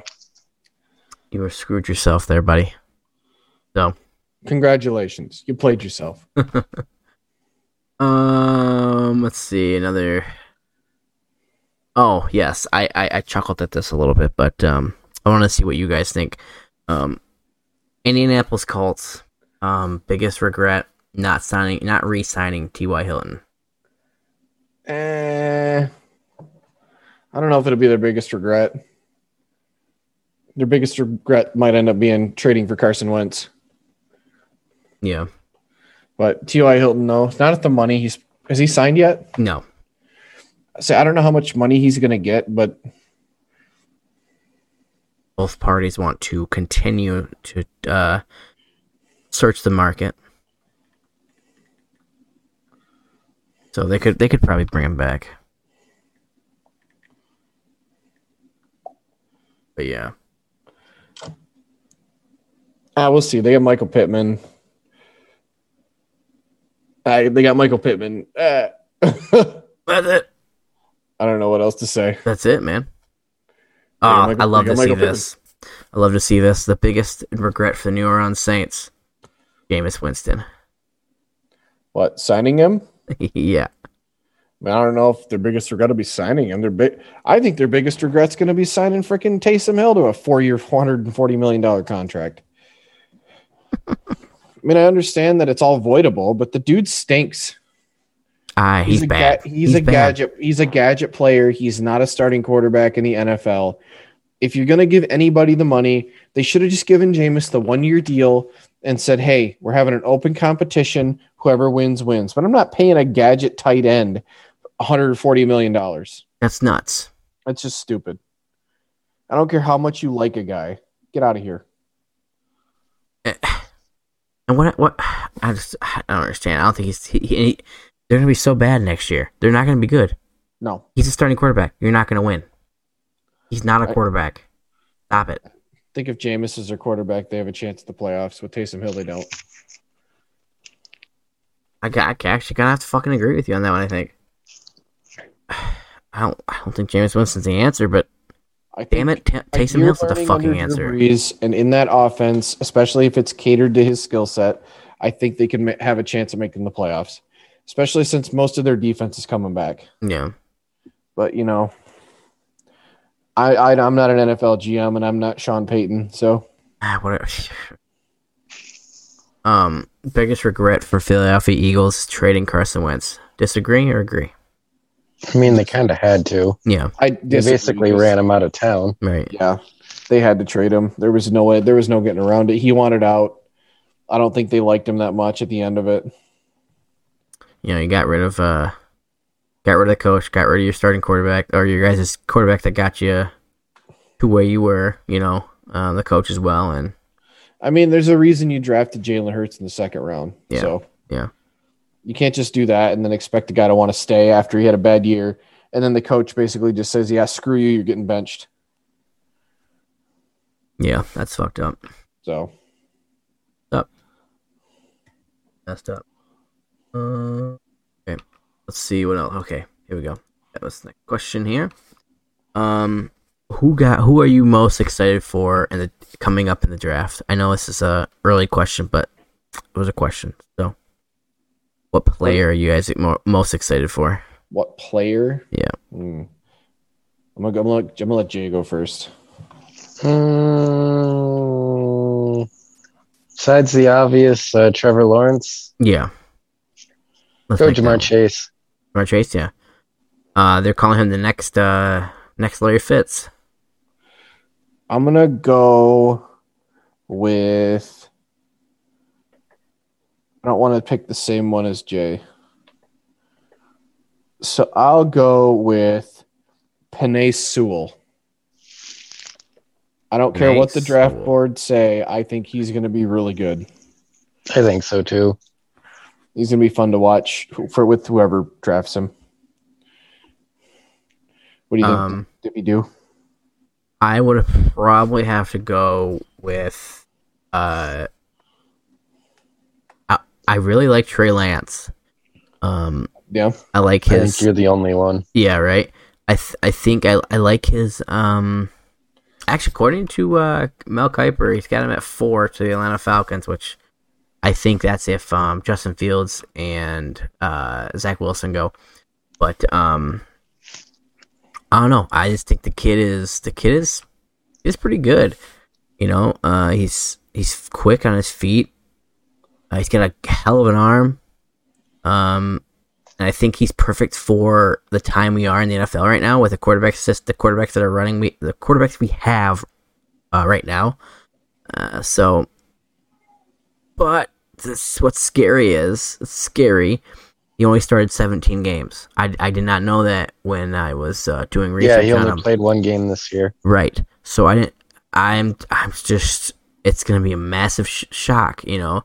S2: You were screwed yourself there, buddy.
S1: Congratulations, you played yourself.
S2: Um, let's see another. Oh yes, I, I I chuckled at this a little bit, but um, I want to see what you guys think. Um, Indianapolis Colts. Um, biggest regret not signing, not re-signing T. Y. Hilton.
S1: Eh, I don't know if it'll be their biggest regret. Their biggest regret might end up being trading for Carson Wentz.
S2: Yeah,
S1: But T.Y. Hilton, no, not at the money. He's has he signed yet?
S2: no,
S1: So I don't know how much money he's going to get, but
S2: both parties want to continue to uh search the market, so they could they could probably bring him back. But yeah.
S1: I will Ah, see. They got Michael Pittman. I, they got Michael Pittman. Eh. I
S2: That's it.
S1: don't know what else to say.
S2: That's it, man.
S1: Yeah,
S2: Oh,
S1: Michael-
S2: I love
S1: yeah,
S2: to see
S1: Michael Pittman.
S2: this. I love to see this. The biggest regret for the New Orleans Saints, Jameis Winston.
S1: What signing him?
S2: yeah,
S1: I, mean, I don't know if their biggest regret will be signing him. Their big, I think their biggest regret's going to be signing freaking Taysom Hill to a four-year, four hundred and forty million dollar contract. I mean, I understand that it's all voidable, but the dude stinks.
S2: ah, he's,
S1: a
S2: bad.
S1: Ga- he's, a
S2: bad.
S1: gadget. He's a gadget player. He's not a starting quarterback in the NFL. If you're going to give anybody the money, they should have just given Jameis the one year deal and said, "Hey, we're having an open competition. Whoever wins wins." But I'm not paying a gadget tight end 140 million dollars.
S2: That's nuts.
S1: That's just stupid. I don't care how much you like a guy. Get out of here.
S2: And what? What? I just I don't understand. I don't think he's. He, he, they're gonna be so bad next year. They're not gonna be good.
S1: No,
S2: He's a starting quarterback. You're not gonna win. He's not a
S1: Right.
S2: quarterback. Stop it.
S1: I think if Jameis is their quarterback, they have a chance at the playoffs. With Taysom Hill, they don't.
S2: I, ca- I ca- actually gonna have to fucking agree with you on that one. I think. I don't. I don't think Jameis Winston's the answer, but
S1: I think
S2: damn it, T-
S1: Like,
S2: Taysom
S1: you're
S2: Hill's not the
S1: learning
S2: fucking
S1: under
S2: answer.
S1: Drew Brees, and in that offense, especially if it's catered to his skill set, I think they can ma- have a chance of making the playoffs, especially since most of their defense is coming back.
S2: Yeah,
S1: But you know, I, I I'm not an NFL GM, and I'm not Sean Payton, so
S2: ah, whatever. um, biggest regret for Philadelphia Eagles trading Carson Wentz. Disagree or agree?
S3: I mean, they kind of had to.
S2: Yeah,
S1: I
S3: They
S1: disagree
S3: basically
S1: because-
S3: ran him out of town.
S2: right.
S1: Yeah, they had to trade him. There was no way. There was no getting around it. He wanted out. I don't think they liked him that much at the end of it.
S2: You know, you got rid of uh, got rid of the coach, got rid of your starting quarterback or your guys' quarterback that got you to where you were. You know, uh, the coach as well, and
S1: I mean, there's a reason you drafted Jalen Hurts in the second round.
S2: Yeah,
S1: So
S2: yeah.
S1: you can't just do that and then expect the guy to want to stay after he had a bad year, and then the coach basically just says, "Yeah, screw you, you're getting benched."
S2: Yeah, that's fucked up.
S1: So
S2: Messed up. Uh, okay, let's see what else. Okay, here we go. That was the question here. Um, who got? Who are you most excited for in the coming up in the draft? I know this is a early question, but it was a question. So, what player are you guys mo- most excited for?
S1: what player?
S2: Yeah.
S1: Hmm. I'm gonna, go- I'm, gonna, I'm gonna let Jay go first.
S3: Mm, besides the obvious, uh, Trevor Lawrence,
S2: Yeah. Let's
S3: go
S2: make that
S3: Jamar
S2: one.
S3: Chase.
S2: Jamar Chase. Yeah. Uh, they're calling him the next uh next Larry Fitz.
S1: I'm gonna go with. I don't want to pick the same one as Jay. So I'll go with Panay Sewell. I don't care what the
S2: Panay
S1: draft
S2: Sewell.
S1: board say. I think he's going to be really good.
S3: I think so too.
S1: He's going to be fun to watch for with whoever drafts him. What do you
S2: Um,
S1: think? Did he do?
S2: I would probably have to go with. Uh, I, I really like Trey Lance. Um,
S1: Yeah.
S2: I like
S3: I think
S2: his.
S3: you're the only one.
S2: Yeah, right. I th- I think I I like his. Um, actually, according to uh, Mel Kiper, he's got him at four to the Atlanta Falcons, which I think that's if um, Justin Fields and uh, Zach Wilson go. But um, I don't know. I just think the kid is the kid is is pretty good. You know, uh, he's he's quick on his feet. Uh, he's got a hell of an arm. Um, and I think he's perfect for the time we are in the NFL right now with the quarterback assist, the quarterbacks that are running, we, the quarterbacks we have uh, right now. Uh, so, but this what's scary is it's scary. He only started 17 games. I, I did not know that when I was uh, doing
S3: yeah,
S2: research
S3: he
S2: on
S3: only
S2: him.
S3: played one game this year.
S2: Right. So I didn't. I'm. I'm just. It's gonna be a massive sh- shock. You know,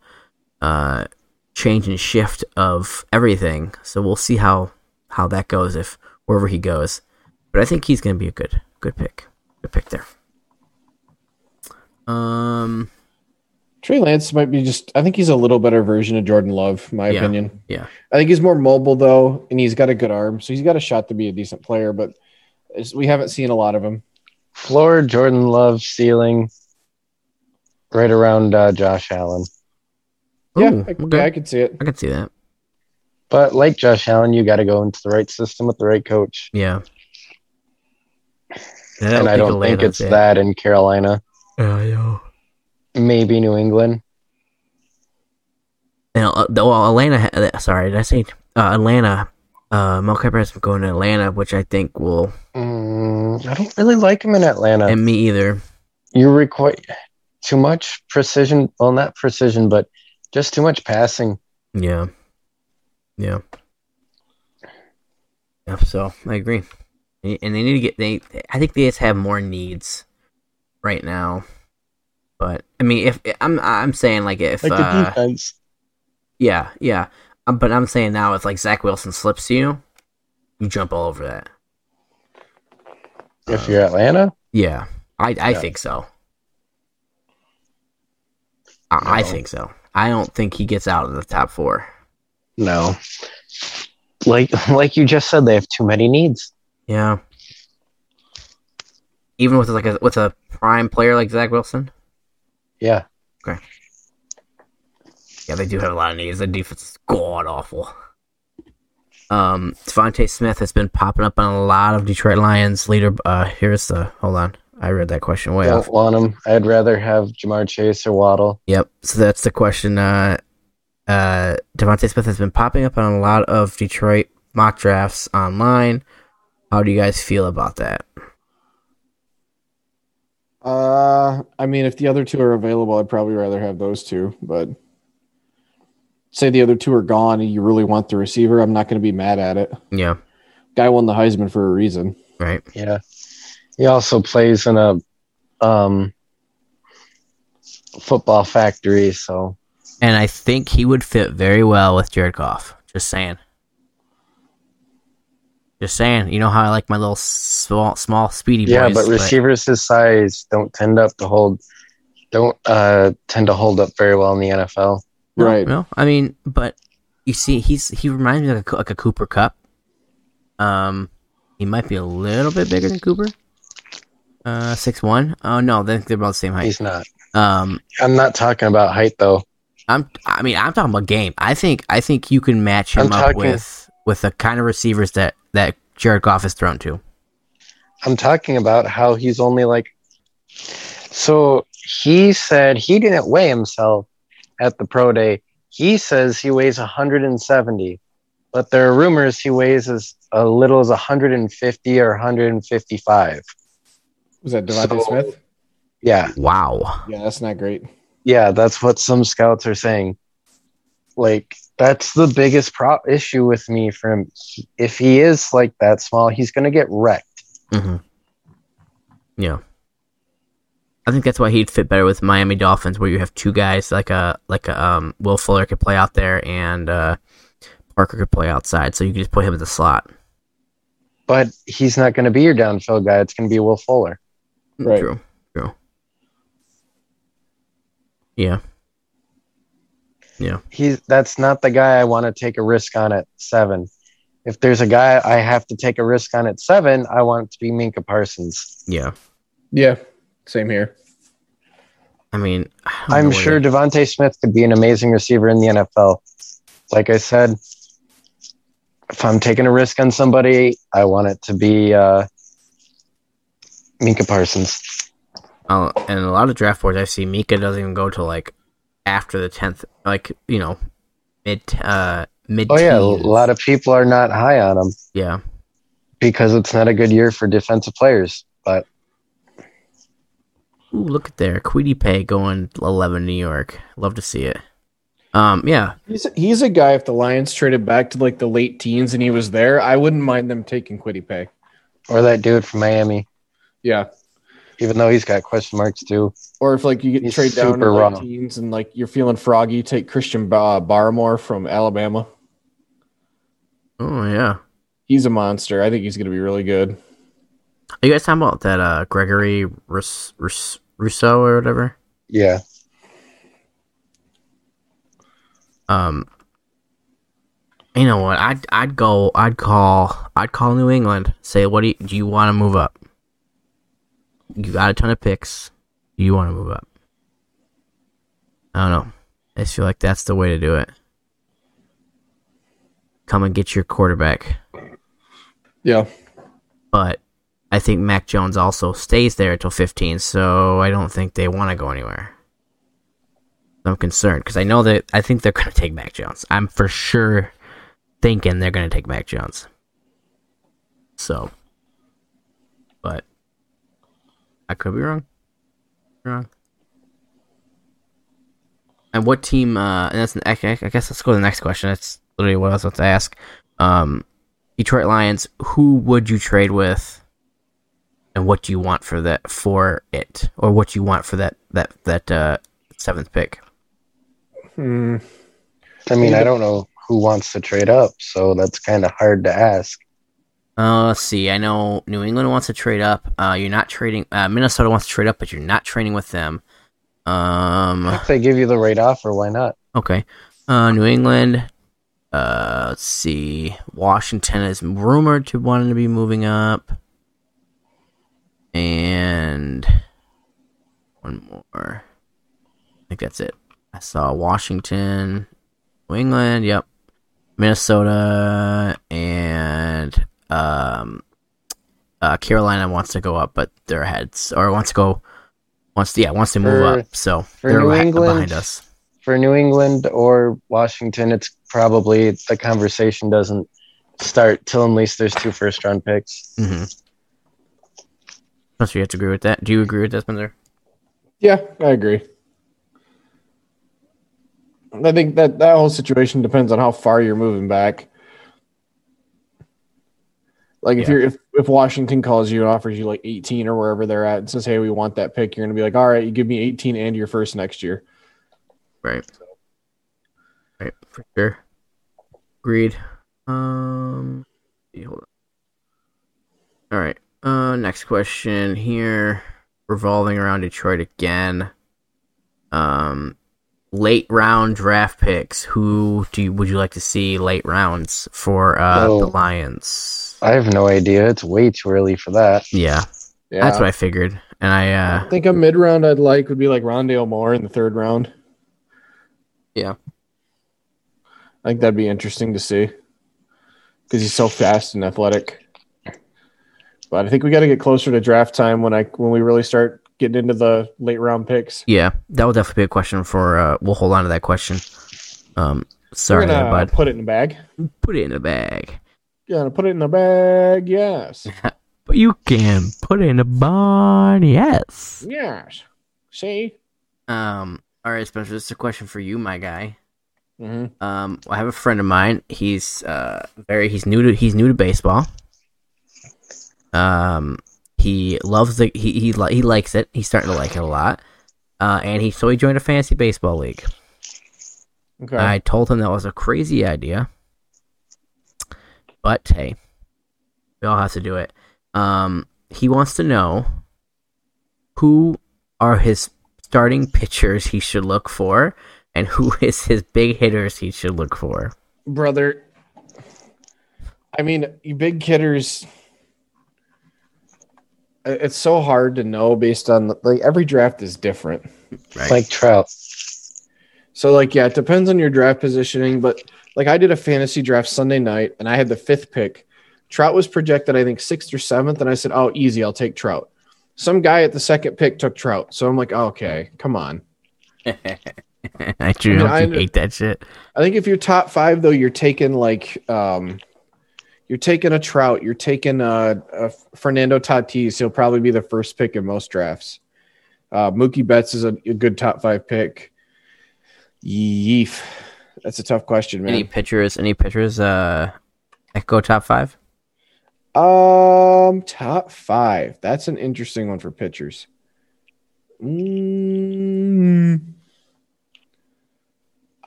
S2: uh, change and shift of everything. So we'll see how how that goes if wherever he goes. But I think he's gonna be a good good pick. Good pick there. Um.
S1: Trey Lance might be just. I think he's a little better version of Jordan Love, my
S2: Yeah.
S1: opinion.
S2: Yeah.
S1: I think he's more mobile though, and he's got a good arm, so he's got a shot to be a decent player. But it's- we haven't seen a lot of him.
S3: Floor Jordan Love ceiling, right around uh, Josh Allen.
S1: yeah,
S2: Ooh,
S1: I,
S2: okay.
S1: yeah, I could see it.
S2: I can see that.
S3: But like Josh Allen, you got to go into the right system with the right coach.
S2: Yeah.
S3: and I don't think it's that in Carolina,
S2: Yeah, yeah.
S3: maybe New England.
S2: And uh, well, Atlanta. ha- uh, Sorry, did I say uh, Atlanta? Uh, Mel Kiper has been going to Atlanta, which I think will,
S3: Mm, I don't really like him in Atlanta.
S2: and me either.
S3: you require too much precision. Well, not precision, but just too much passing.
S2: Yeah, yeah, yeah. So I agree, and and they need to get they. I think they just have more needs right now. But I mean, if I'm I'm saying like if
S3: Like
S2: uh,
S3: the defense.
S2: yeah, yeah, um, but I'm saying now if like Zach Wilson slips you, you jump all over that.
S3: If you're Atlanta,
S2: Yeah, I I
S3: Yeah.
S2: think so. I, I
S3: No.
S2: think so. I don't think he gets out of the top four.
S3: no. Like like you just said, they have too many needs.
S2: Yeah. Even with like a with a prime player like Zach Wilson,
S3: Yeah,
S2: yeah, they do have a lot of needs. The defense is god awful. Um, Devontae Smith has been popping up on a lot of Detroit Lions leader. Uh, here's the hold on, I read that question way off.
S3: don't want him. I'd rather have Jamar Chase or Waddle.
S2: Yep. So that's the question. Uh, uh, Devontae Smith has been popping up on a lot of Detroit mock drafts online. How do you guys feel about that?
S1: Uh, I mean, if the other two are available, I'd probably rather have those two. But say the other two are gone, and you really want the receiver, I'm not going to be mad at it.
S2: Yeah.
S1: Guy won the Heisman for a reason.
S2: Right.
S3: Yeah, he also plays in a um football factory. So
S2: And I think he would fit very well with Jared Goff. Just saying. Just saying. You know how I like my little small, small speedy boys.
S3: yeah, but receivers his size don't tend up to hold don't uh, tend to hold up very well in the NFL.
S2: No,
S1: Right.
S2: No, I mean, but you see, he's he reminds me like a, like a Cooper Cup. Um, he might be a little bit bigger than Cooper. Uh, six one. Oh no, they- they're about the same height.
S3: He's not.
S2: Um,
S3: I'm not talking about height though.
S2: I'm. I mean, I'm talking about game. I think. I think you can match him
S3: I'm
S2: up
S3: talking-
S2: with with the kind of receivers that that Jared Goff is thrown to.
S3: I'm talking about how he's only like. So he said he didn't weigh himself at the pro day. He says he weighs 170, but there are rumors he weighs as a little as 150 or 155.
S1: Was that Devontae
S3: So-
S1: Smith?
S3: Yeah,
S2: Wow.
S1: Yeah, that's not great.
S3: yeah, that's what some scouts are saying. Like that's the biggest pro- issue with me. From if he is like that small, he's gonna get wrecked.
S2: hmm Yeah. I think that's why he'd fit better with Miami Dolphins, where you have two guys like a like a um, Will Fuller could play out there and uh, Parker could play outside, so you can just play him in the slot.
S3: But he's not gonna be your downfield guy. It's gonna be Will Fuller.
S1: Right.
S2: True. True. Yeah.
S3: he's that's not the guy I want to take a risk on at seven. If there's a guy I have to take a risk on at seven, I want it to be Minka Parsons.
S2: Yeah.
S1: Yeah, same here.
S2: I mean, I don't know
S3: I'm
S2: where
S3: sure
S2: they-
S3: Devonte Smith could be an amazing receiver in the NFL. Like I said, if I'm taking a risk on somebody, I want it to be uh, Minka Parsons.
S2: I'll, uh, and a lot of draft boards I see, Mika doesn't even go to like after the tenth, like you know, mid uh mid.
S3: Oh yeah, a lot of people are not high on him
S2: yeah.
S3: because it's not a good year for defensive players. But
S2: Ooh, look at there. Quiddy Pay going 11 New York. Love to see it. Um, yeah.
S1: He's he's a guy. If the Lions traded back to like the late teens and he was there, I wouldn't mind them taking Quiddy Pay.
S3: or that dude from Miami,
S1: Yeah,
S3: even though he's got question marks too.
S1: or if like you get
S3: He's
S1: trade down to
S3: super
S1: late
S3: raw.
S1: teens and like you're feeling froggy, take Christian ba- Barmore from Alabama.
S2: Oh, yeah.
S1: He's a monster. I think he's going to be really good.
S2: Are you guys talking about that uh, Gregory Rus- Rus- Rousseau or whatever?
S3: Yeah.
S2: Um, you know what? I'd, I'd go, I'd call, I'd call New England. Say, what do you, do you want to move up? You got a ton of picks. Do you want to move up? I don't know. I just feel like that's the way to do it. Come and get your quarterback.
S1: Yeah,
S2: but I think Mac Jones also stays there until 15, so I don't think they want to go anywhere. I'm concerned because I know that I think they're going to take Mac Jones. I'm for sure thinking they're going to take Mac Jones. So, but I could be wrong. Wrong. And what team? Uh, and that's I I- I guess let's go to the next question. That's literally what I was about to ask. Um, Detroit Lions, who would you trade with, and what do you want for that for it, or what you want for that that that uh, seventh pick?
S1: Hmm.
S3: I mean, I don't know who wants to trade up, so that's kind of hard to ask.
S2: Uh, let's see. I know New England wants to trade up. Uh, you're not trading. Uh, Minnesota wants to trade up, but you're not trading with them. Um,
S3: If they give you the right offer, why not?
S2: okay. Uh, New England. Uh, let's see. Washington is rumored to wanting to be moving up, and one more. I think that's it. I saw Washington, New England. Yep, Minnesota and um, uh, Carolina wants to go up, but they're ahead or wants to go wants to, yeah wants to move
S3: For-
S2: up. So
S3: for
S2: they're
S3: New
S2: behi-
S3: England-
S2: behind us.
S3: For New England or Washington, it's probably the conversation doesn't start till at least there's two first round picks.
S2: Mm-hmm. Plus, you have to agree with that. Do you agree with that, Spencer?
S1: Yeah, I agree. I think that that whole situation depends on how far you're moving back. Like if
S2: Yeah.
S1: you're if, if Washington calls you and offers you like 18 or wherever they're at and says, Hey, we want that pick, you're gonna be like, All right, you give me 18 and your first next year.
S2: Right. Right, for sure. Agreed. Um yeah, hold on. All right. Uh next question here revolving around Detroit again. Um late round draft picks. Who do you, would you like to see late rounds for uh
S3: Oh.
S2: the Lions?
S3: I have no idea. It's way too early for that.
S2: Yeah,
S1: Yeah.
S2: that's what I figured. And I
S1: I
S2: uh
S1: think a mid round I'd like would be like Rondale Moore in the third round.
S2: Yeah.
S1: I think that'd be interesting to see because he's so fast and athletic. But I think we got to get closer to draft time when I when we really start getting into the late round picks.
S2: yeah, that will definitely be a question for uh we'll hold on to that question. Um sorry
S1: We're gonna
S2: there, bud.
S1: put it in the bag.
S2: Put it in the bag.
S1: Gonna put it in the bag. Yes,
S2: But you can put in a bond, yes.
S1: yes. See.
S2: Um, all right, Spencer, this is a question for you, my guy.
S1: hmm
S2: Um, I have a friend of mine. He's uh very he's new to he's new to baseball. Um, he loves the he he li- he likes it. He's starting to like it a lot. Uh, and he so he joined a fantasy baseball league.
S1: Okay.
S2: I told him that was a crazy idea. But hey, we all have to do it. Um, he wants to know who are his starting pitchers he should look for and who is his big hitters he should look for.
S1: brother. I mean, you big hitters. i- uh, It's so hard to know based on like every draft is different.
S2: Right.
S3: Like Trout.
S1: So like, yeah, it depends on your draft positioning. But like, I did a fantasy draft Sunday night, and I had the fifth pick. Trout was projected, I think, sixth or seventh, and I said, "Oh, easy, I'll take Trout." Some guy at the second pick took Trout, so I'm like, "Okay, come on."
S2: I
S1: I
S2: do
S1: mean,
S2: I
S1: I-
S2: hate that shit.
S1: I think if you're top five though, you're taking like um, you're taking a Trout, you're taking a, a Fernando Tatis. He'll probably be the first pick in most drafts. Uh, Mookie Betts is a, a good top five pick. Yeef, that's a tough question,
S2: Any
S1: man.
S2: pitchers? Any pitchers? Uh, that go top five.
S1: Um, top five. That's an interesting one for pitchers. Mm.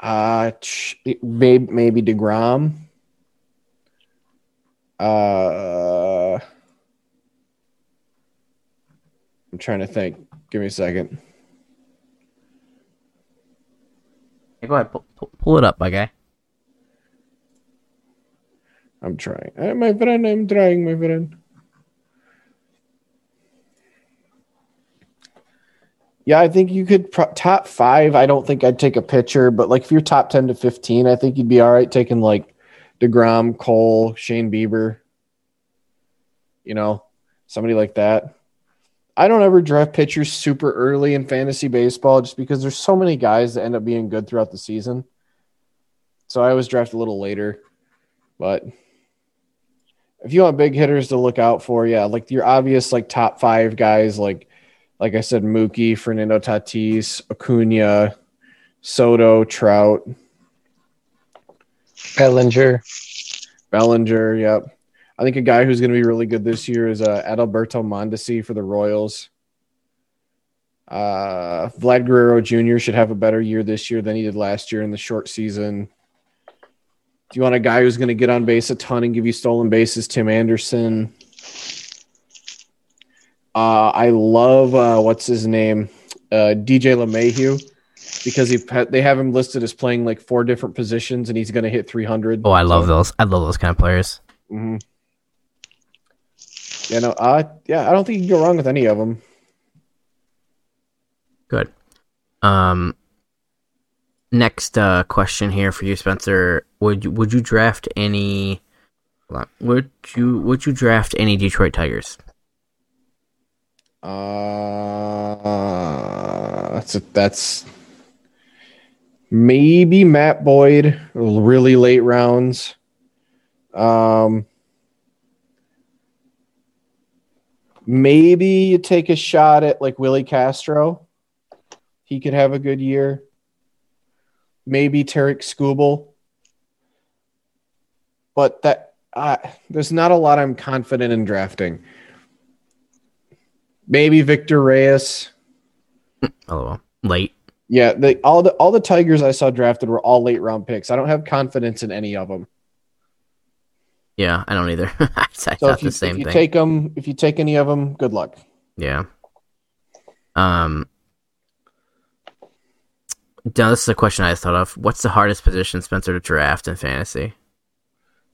S1: Uh, maybe maybe Degrom. Uh, I'm trying to think. Give me a second.
S2: Hey, Go ahead, pull, pull- pull it up, my guy.
S1: I'm trying. Uh, my friend, I'm trying, my friend. Yeah, I think you could pro- top five. I don't think I'd take a pitcher, but like if you're top ten to fifteen, I think you'd be all right taking like Degrom, Cole, Shane Bieber. You know, somebody like that. I don't ever draft pitchers super early in fantasy baseball just because there's so many guys that end up being good throughout the season. So I always draft a little later, but if you want big hitters to look out for, yeah, like your obvious like top five guys, like like I said, Mookie, Fernando Tatis, Acuna, Soto, Trout,
S3: Bellinger.
S1: Bellinger. Yep, I think a guy who's going to be really good this year is uh, Adalberto Mondesi for the Royals. Uh, Vlad Guerrero Jr. should have a better year this year than he did last year in the short season. Do you want a guy who's going to get on base a ton and give you stolen bases? Tim Anderson. Uh, I love uh, what's his name, uh, DJ LeMahieu, because he they have him listed as playing like four different positions, and he's going to hit 300.
S2: Oh, I love
S1: So-
S2: those. I love those kind of players.
S1: hmm Yeah, no, uh, yeah, I don't think you can go wrong with any of them.
S2: Good. Um, next uh, question here for you, Spencer. Would you, would you draft any? hold on. Would you would you draft any Detroit Tigers?
S1: Uh, that's a, that's maybe Matt Boyd, really late rounds. Um, maybe you take a shot at like Willie Castro. He could have a good year. Maybe Tarek Skubal. But that uh, there's not a lot I'm confident in drafting. Maybe Victor Reyes.
S2: LOL. Late.
S1: Yeah, the, all the all the Tigers I saw drafted were all late round picks. I don't have confidence in any of them.
S2: Yeah, I don't either. I thought
S1: So if you,
S2: the same
S1: if you
S2: thing.
S1: take them, if you take any of them, good luck.
S2: Yeah. Um. Now this is a question I thought of. What's the hardest position Spencer to draft in fantasy?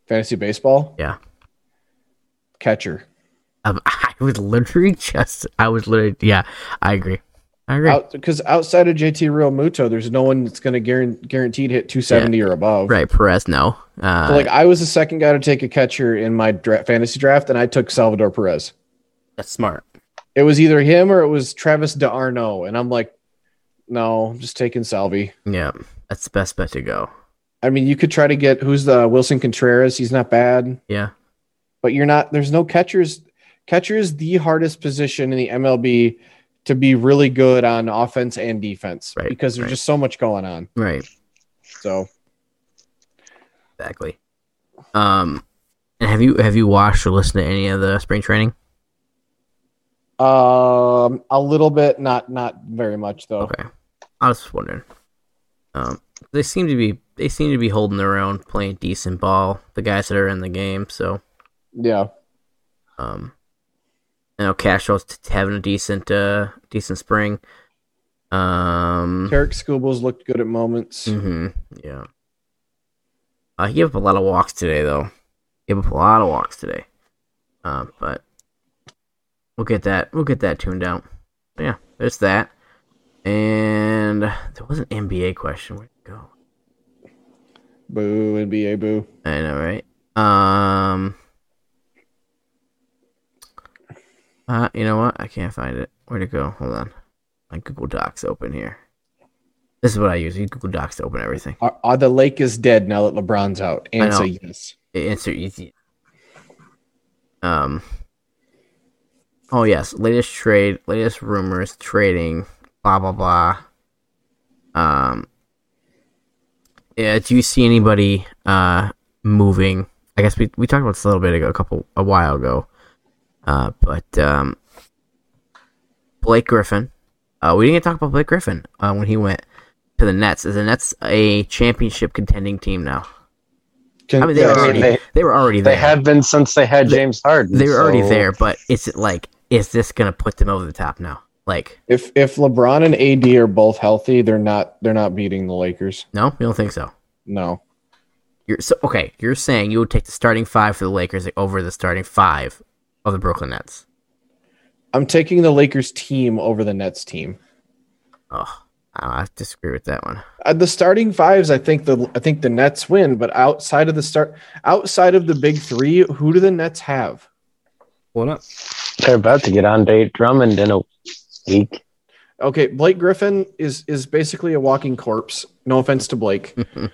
S1: Fantasy baseball.
S2: Yeah.
S1: Catcher.
S2: Um, I was literally just. I was literally. Yeah, I agree. I agree.
S1: Because outside of JT Real Muto, there's no one that's going to guarantee guaranteed hit 270 or above.
S2: right, Perez. No. Uh,
S1: So, like I was the second guy to take a catcher in my dra- fantasy draft, and I took Salvador Perez.
S2: that's smart.
S1: It was either him or it was Travis DeArno, and I'm like, no, I'm just taking Salvi.
S2: Yeah, that's the best bet to go.
S1: I mean, you could try to get who's the Wilson Contreras. He's not bad,
S2: Yeah.
S1: but you're not. There's no catchers. Catcher is the hardest position in the MLB to be really good on offense and defense
S2: Right,
S1: because there's
S2: right.
S1: just so much going on.
S2: Right.
S1: So
S2: Exactly. Um. And have you have you watched or listened to any of the spring training?
S1: um, a little bit, not not very much though.
S2: Okay. I was wondering. Um, they seem to be they seem to be holding their own, playing decent ball. The guys that are in the game, so
S1: Yeah.
S2: um, I know Castro's t- having a decent uh decent spring. Um,
S1: Tarek Skubals looked good at moments.
S2: mhm, yeah. Uh, he gave up a lot of walks today, though. He gave up a lot of walks today. Um, but we'll get that we'll get that tuned out. But yeah, there's that. And there was an NBA question. Where'd it go?
S1: Boo and BA boo.
S2: I know, right? Um, uh, you know what? I can't find it. Where'd it go? Hold on. My Google Docs open here. This is what I use. I use Google Docs to open everything.
S1: Are, are the lake is dead now that LeBron's out?
S2: know.
S1: Answer yes.
S2: It Answer easy. Um. Oh yes, latest trade, latest rumors, trading, blah blah blah. Um. Yeah, do you see anybody uh moving? I guess we we talked about this a little bit ago, a couple a while ago. Uh, but um, Blake Griffin. Uh, we didn't get to talk about Blake Griffin uh, when he went to the Nets. Is the Nets a championship contending team now?
S1: Can,
S2: I mean, they
S3: Yeah,
S2: were
S3: I mean,
S2: already they,
S3: they-
S2: were already there.
S3: They have been since they had James Harden.
S2: they were already
S3: so-
S2: there, but is it like is this gonna put them over the top now? Like
S1: if if LeBron and AD are both healthy, they're not they're not beating the Lakers.
S2: no, you don't think so.
S1: No,
S2: You're so okay. You're saying you would take the starting five for the Lakers over the starting five of the Brooklyn Nets.
S1: I'm taking the Lakers team over the Nets team.
S2: Oh, I disagree with that one.
S1: Uh, the starting fives, I think the I think the Nets win, but outside of the start, outside of the big three, who do the Nets have?
S2: What up?
S3: They're about to get on date Drummond in a week.
S1: Okay, Blake Griffin is is basically a walking corpse. No offense to Blake.
S3: hey,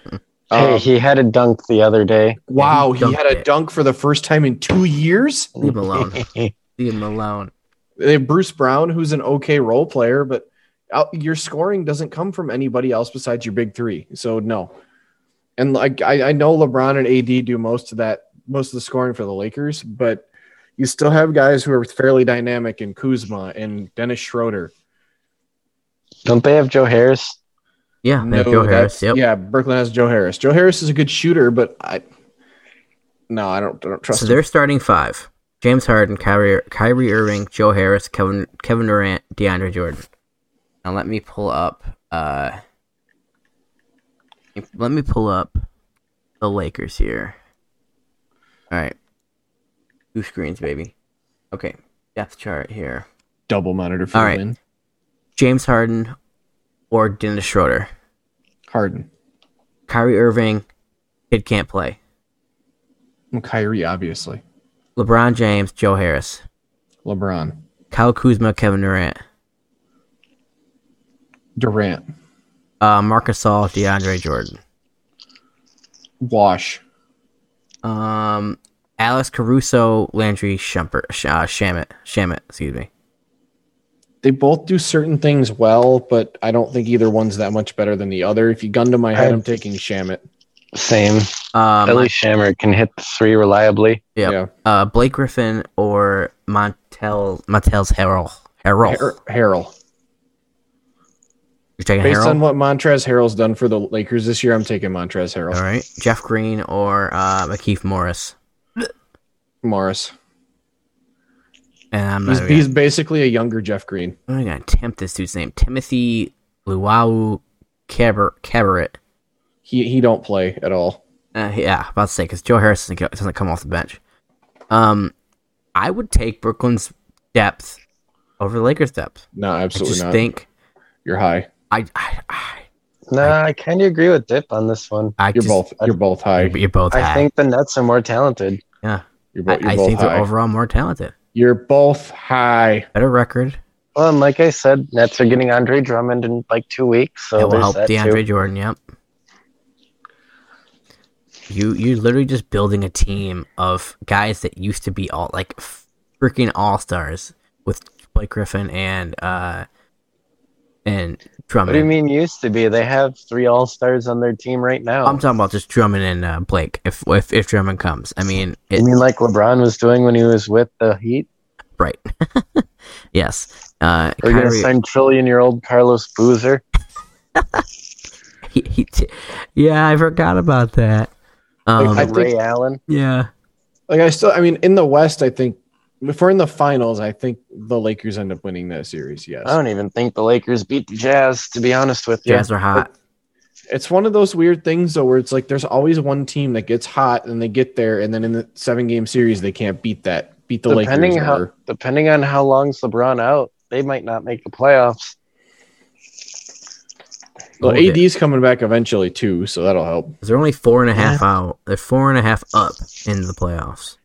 S2: Oh.
S1: Um,
S3: he had a dunk the other day.
S1: wow,
S2: he
S1: he had
S2: dunked
S1: a
S2: it.
S1: dunk for the first time in two years.
S2: Leave him alone. Leave him alone.
S1: They have Bruce Brown, who's an okay role player, but out, your scoring doesn't come from anybody else besides your big three. So no. And like I, I know LeBron and AD do most of that, most of the scoring for the Lakers, but you still have guys who are fairly dynamic in Kuzma and Dennis Schroeder.
S3: Don't they have Joe Harris?
S2: Yeah, no, Joe Harris.
S1: that's-
S2: Yep.
S1: Yeah, Brooklyn has Joe Harris. Joe Harris is a good shooter, but I no, I don't, I don't trust
S2: So
S1: him.
S2: they're starting five: James Harden, Kyrie, Kyrie Irving, Joe Harris, Kevin Kevin Durant, DeAndre Jordan. Now let me pull up. Uh, let me pull up the Lakers here. All right, two screens, baby. Okay, depth chart here.
S1: double monitor for
S2: All
S1: the
S2: right.
S1: win.
S2: James Harden or Dennis Schroeder.
S1: Harden.
S2: Kyrie Irving, kid can't play.
S1: And Kyrie, obviously.
S2: LeBron James, Joe Harris,
S1: LeBron.
S2: Kyle Kuzma, Kevin Durant,
S1: Durant.
S2: uh, Marcus All, DeAndre Jordan.
S1: Wash.
S2: Um, Alex Caruso, Landry Shumper, Sh- uh, Shamit, Shamit, excuse me.
S1: They both do certain things well, but I don't think either one's that much better than the other. If you gun to my head, I,
S3: I-
S1: am taking Shamit.
S3: Same.
S2: Uh,
S3: At
S2: Mon-
S3: least Shamrock can hit the three reliably.
S2: Yep.
S1: Yeah.
S2: uh, Blake Griffin or Montel Montel's Harrell. Harrell.
S1: Har- Harrell.
S2: You're taking
S1: Based
S2: Harrell.
S1: on what Montrez Harrell's done for the Lakers this year, I'm taking Montrez Harrell.
S2: All right. Jeff Green or uh, Akeith Morris.
S1: Morris.
S2: And I'm not
S1: He's,
S2: even
S1: he's basically a younger Jeff Green.
S2: I'm not gonna attempt this dude's name. Timothy Luau Cabar- Cabaret.
S1: He he don't play at all.
S2: Uh, yeah, about to say because Joe Harris doesn't, go- doesn't come off the bench. Um, I would take Brooklyn's depth over the Lakers' depth.
S1: No,
S2: I
S1: absolutely
S2: just
S1: not.
S2: think
S1: you're high.
S2: I I, I,
S3: Nah, I kind of agree with Dip on this one.
S2: I
S1: You're
S2: just,
S1: both you're both high.
S2: You're both.
S3: I
S2: high.
S3: think the Nets are more talented.
S2: Yeah,
S1: You're,
S2: I,
S1: bo- you're
S2: I
S1: both
S2: think
S1: high.
S2: they're overall more talented.
S1: you're both high.
S2: Better record.
S3: Well, and like I said, Nets are getting Andre Drummond in like two weeks, so
S2: that will
S3: there's
S2: help
S3: that
S2: DeAndre
S3: too.
S2: Jordan. Yep. You you're literally just building a team of guys that used to be all like freaking all stars with Blake Griffin and uh and Drummond.
S3: What do you mean used to be? They have three All Stars on their team right now.
S2: I'm talking about just Drummond and uh, Blake. If if if Drummond comes, I mean, it,
S3: you mean like LeBron was doing when he was with the Heat?
S2: right? yes. Uh,
S3: We're going to
S2: Kyrie-
S3: sign trillion year old Carlos Boozer.
S2: he, he t- yeah, I forgot about that. Um,
S1: I
S3: I
S1: think-
S3: Ray Allen.
S2: yeah,
S1: Like I still I mean in the West, I think if we're in the finals, I think the Lakers end up winning that series, yes.
S3: I don't even think the Lakers beat the Jazz, to be honest with you.
S2: Jazz are hot.
S1: it's one of those weird things though where it's like there's always one team that gets hot and they get there and then in the seven game series they can't beat that beat the
S3: depending
S1: Lakers
S3: how
S1: or-
S3: depending on how long's LeBron out, they might not make the playoffs. Oh,
S1: well
S2: Hold it.
S1: AD's coming back eventually too so that'll help
S2: They're only four and a half out. They're four and a half up in the playoffs.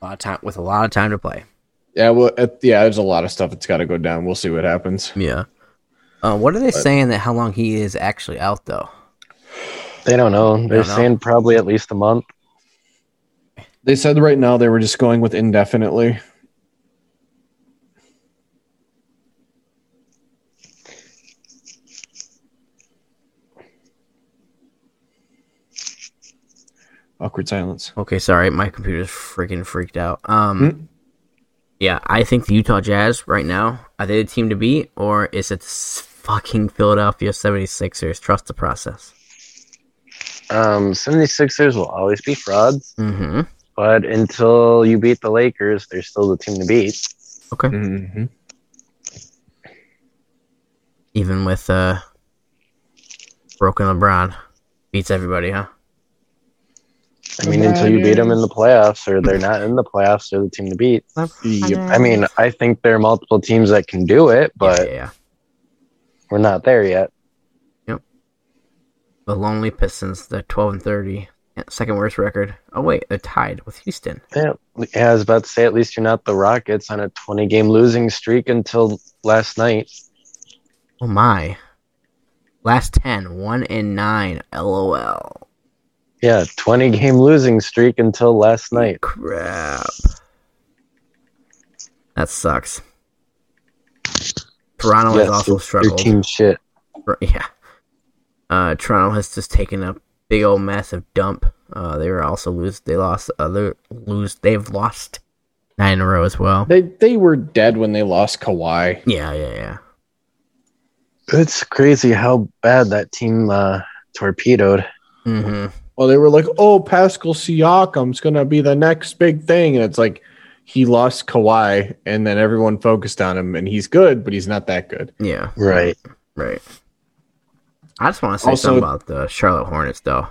S2: A lot of time with a lot of time to play.
S1: yeah well it, yeah there's a lot of stuff that's got to go down we'll see what happens
S2: Yeah. Uh, what are they saying that how long he is actually out though?
S3: They don't know. They're
S2: Don't know.
S3: saying probably at least a month.
S1: they said right now they were just going with indefinitely awkward silence
S2: Okay, sorry, my computer's freaking freaked out. Um, yeah, I think the Utah Jazz right now are they the team to beat, or is it s- fucking Philadelphia 76ers? Trust the process.
S3: Um, 76ers will always be frauds,
S2: Mm-hmm.
S3: but until you beat the Lakers, they're still the team to beat.
S2: Okay.
S3: Mm-hmm.
S1: Mhm.
S2: Even with uh, broken LeBron, beats everybody, huh?
S3: I mean, until you beat them in the playoffs or they're not in the playoffs, they're the team to beat.
S1: Yep.
S3: I mean, I think there are multiple teams that can do it,
S2: yeah,
S3: but
S2: yeah, yeah.
S3: we're not there yet.
S2: the Lonely Pistons, the 12 and 30, yeah, second worst record. Oh wait, they're tied with Houston.
S3: Yeah, yeah, I was about to say at least you're not the Rockets on a 20 game losing streak until last night.
S2: Oh my. Last 10, 1 and 9. LOL.
S3: Yeah, 20 game losing streak until last night.
S2: Crap. That sucks. Toronto has also
S3: your-
S2: struggled.
S3: Your team shit.
S2: Right, Yeah. Uh, Toronto has just taken a big old massive dump. Uh, they were also lose. They lost. Uh, they lose. They've lost nine in a row as well.
S1: They they were dead when they lost Kawhi.
S2: Yeah, yeah, yeah.
S3: It's crazy how bad that team uh, torpedoed.
S2: hmm
S1: Well, they were like, "Oh, Pascal Siakam's gonna be the next big thing," and it's like he lost Kawhi, and then everyone focused on him, and he's good, but he's not that good.
S2: Yeah.
S3: Right.
S2: Right. I just want to say
S1: Also-
S2: something about the Charlotte Hornets, though.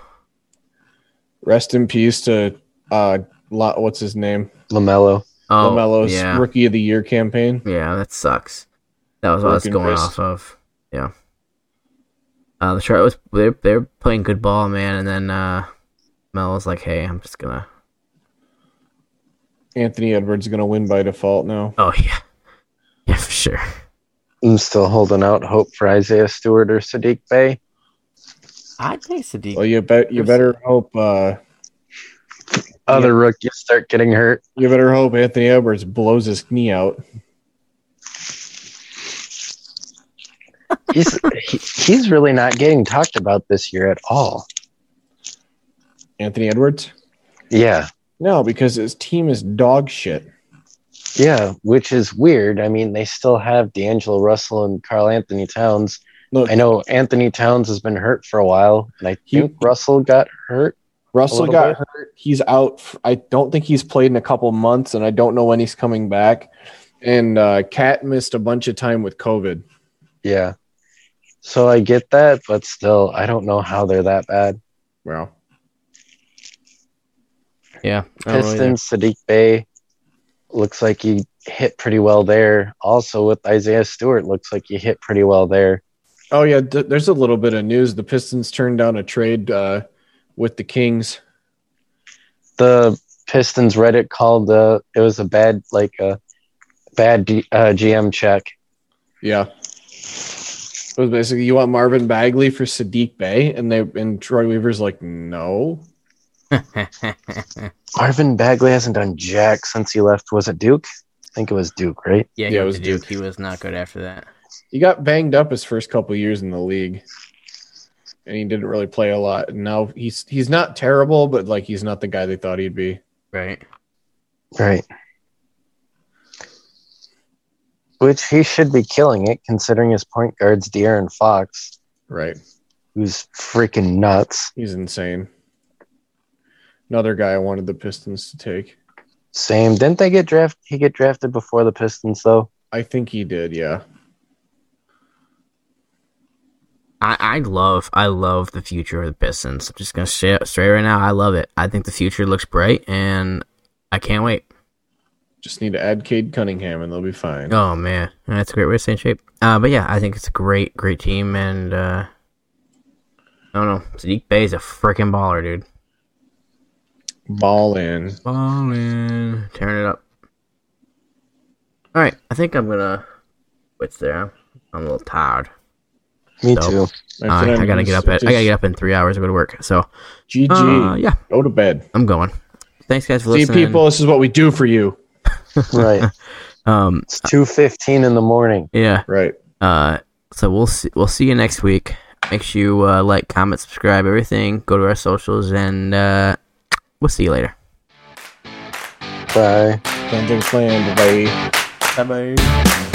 S1: Rest in peace to uh, Lo- what's his name,
S3: LaMelo.
S2: Oh,
S1: Lamelo's
S2: yeah,
S1: Rookie of the Year campaign.
S2: yeah, that sucks. That was what I was
S1: Broken
S2: going
S1: wrist.
S2: off of. Yeah. Uh, the Charlotte was they're they're playing good ball, man, and then uh, Mel was like, "Hey, I'm just gonna."
S1: Anthony Edwards is gonna win by default now.
S2: Oh yeah, yeah for sure.
S3: I'm still holding out hope for Isaiah Stewart or Sadiq Bay.
S2: I'd say Sadiq.
S1: Well, you bet you better hope uh,
S3: Other rookies start getting hurt.
S1: you better hope Anthony Edwards blows his knee out.
S3: he's he, he's really not getting talked about this year at all.
S1: Anthony Edwards?
S3: Yeah,
S1: No, because his team is dog shit.
S3: yeah, which is weird. I mean, they still have D'Angelo Russell and Carl Anthony Towns.
S1: Look,
S3: I know Anthony Towns has been hurt for a while, and I
S1: He-
S3: think Russell got hurt. a
S1: Russell
S3: little
S1: got
S3: bit.
S1: hurt. He's out. f- I don't think he's played in a couple months, and I don't know when he's coming back. And uh, Cat missed a bunch of time with COVID.
S3: Yeah. So I get that, but still, I don't know how they're that bad.
S1: Wow.
S2: Yeah.
S3: Pistons, Sadiq Bay looks like he hit pretty well there. Also with Isaiah Stewart, looks like he hit pretty well there.
S1: Oh yeah, th- there's a little bit of news. The Pistons turned down a trade uh, with the Kings.
S3: The Pistons Reddit called uh, it was a bad like a bad G- uh, GM check.
S1: Yeah. It was basically you want Marvin Bagley for Sadiq Bay, and they and Troy Weaver's like, no.
S3: Marvin Bagley hasn't done jack since he left. Was it Duke? I think it was Duke, right?
S2: yeah,
S1: Yeah,
S2: he
S1: it
S2: was
S1: was
S2: Duke.
S1: Duke.
S2: He was not good after that.
S1: He got banged up his first couple years in the league, and he didn't really play a lot. And now he's he's not terrible, but like he's not the guy they thought he'd be.
S2: Right.
S3: Right. Which he should be killing it, considering his point guard's De'Aaron Fox,
S1: Right.
S3: who's freaking nuts.
S1: He's insane. Another guy I wanted the Pistons to take.
S3: Same. Didn't they get drafted? He get drafted before the Pistons, though.
S1: I think he did, yeah.
S2: I, I love I love the future of the Pistons. I'm just gonna say it straight right now. I love it. I think the future looks bright, and I can't wait.
S1: Just need to add Cade Cunningham and they'll be fine.
S2: Oh man, that's a great way to stay in shape. Uh, but yeah, I think it's a great great team, and uh, I don't know. Sadiq Bay is a freaking baller, dude.
S1: Ball in.
S2: Ballin', tearing it up. All right, I think I'm gonna quit there. I'm a little tired.
S3: Me
S2: So-
S3: too.
S2: I, Uh, I gotta get up at I gotta get up in three hours to go to work. So uh,
S1: GG.
S2: yeah,
S1: Go to bed.
S2: I'm going. Thanks guys for
S1: See,
S2: listening.
S1: people, this is what we do for you.
S3: right.
S2: Um,
S3: It's two fifteen in the morning.
S2: yeah.
S1: Right.
S2: Uh, so we'll see. We'll see you next week. Make sure you uh, like, comment, subscribe, everything. Go to our socials, and uh, we'll see you later.
S3: Bye.
S1: Sounds like a plan. Bye. Bye.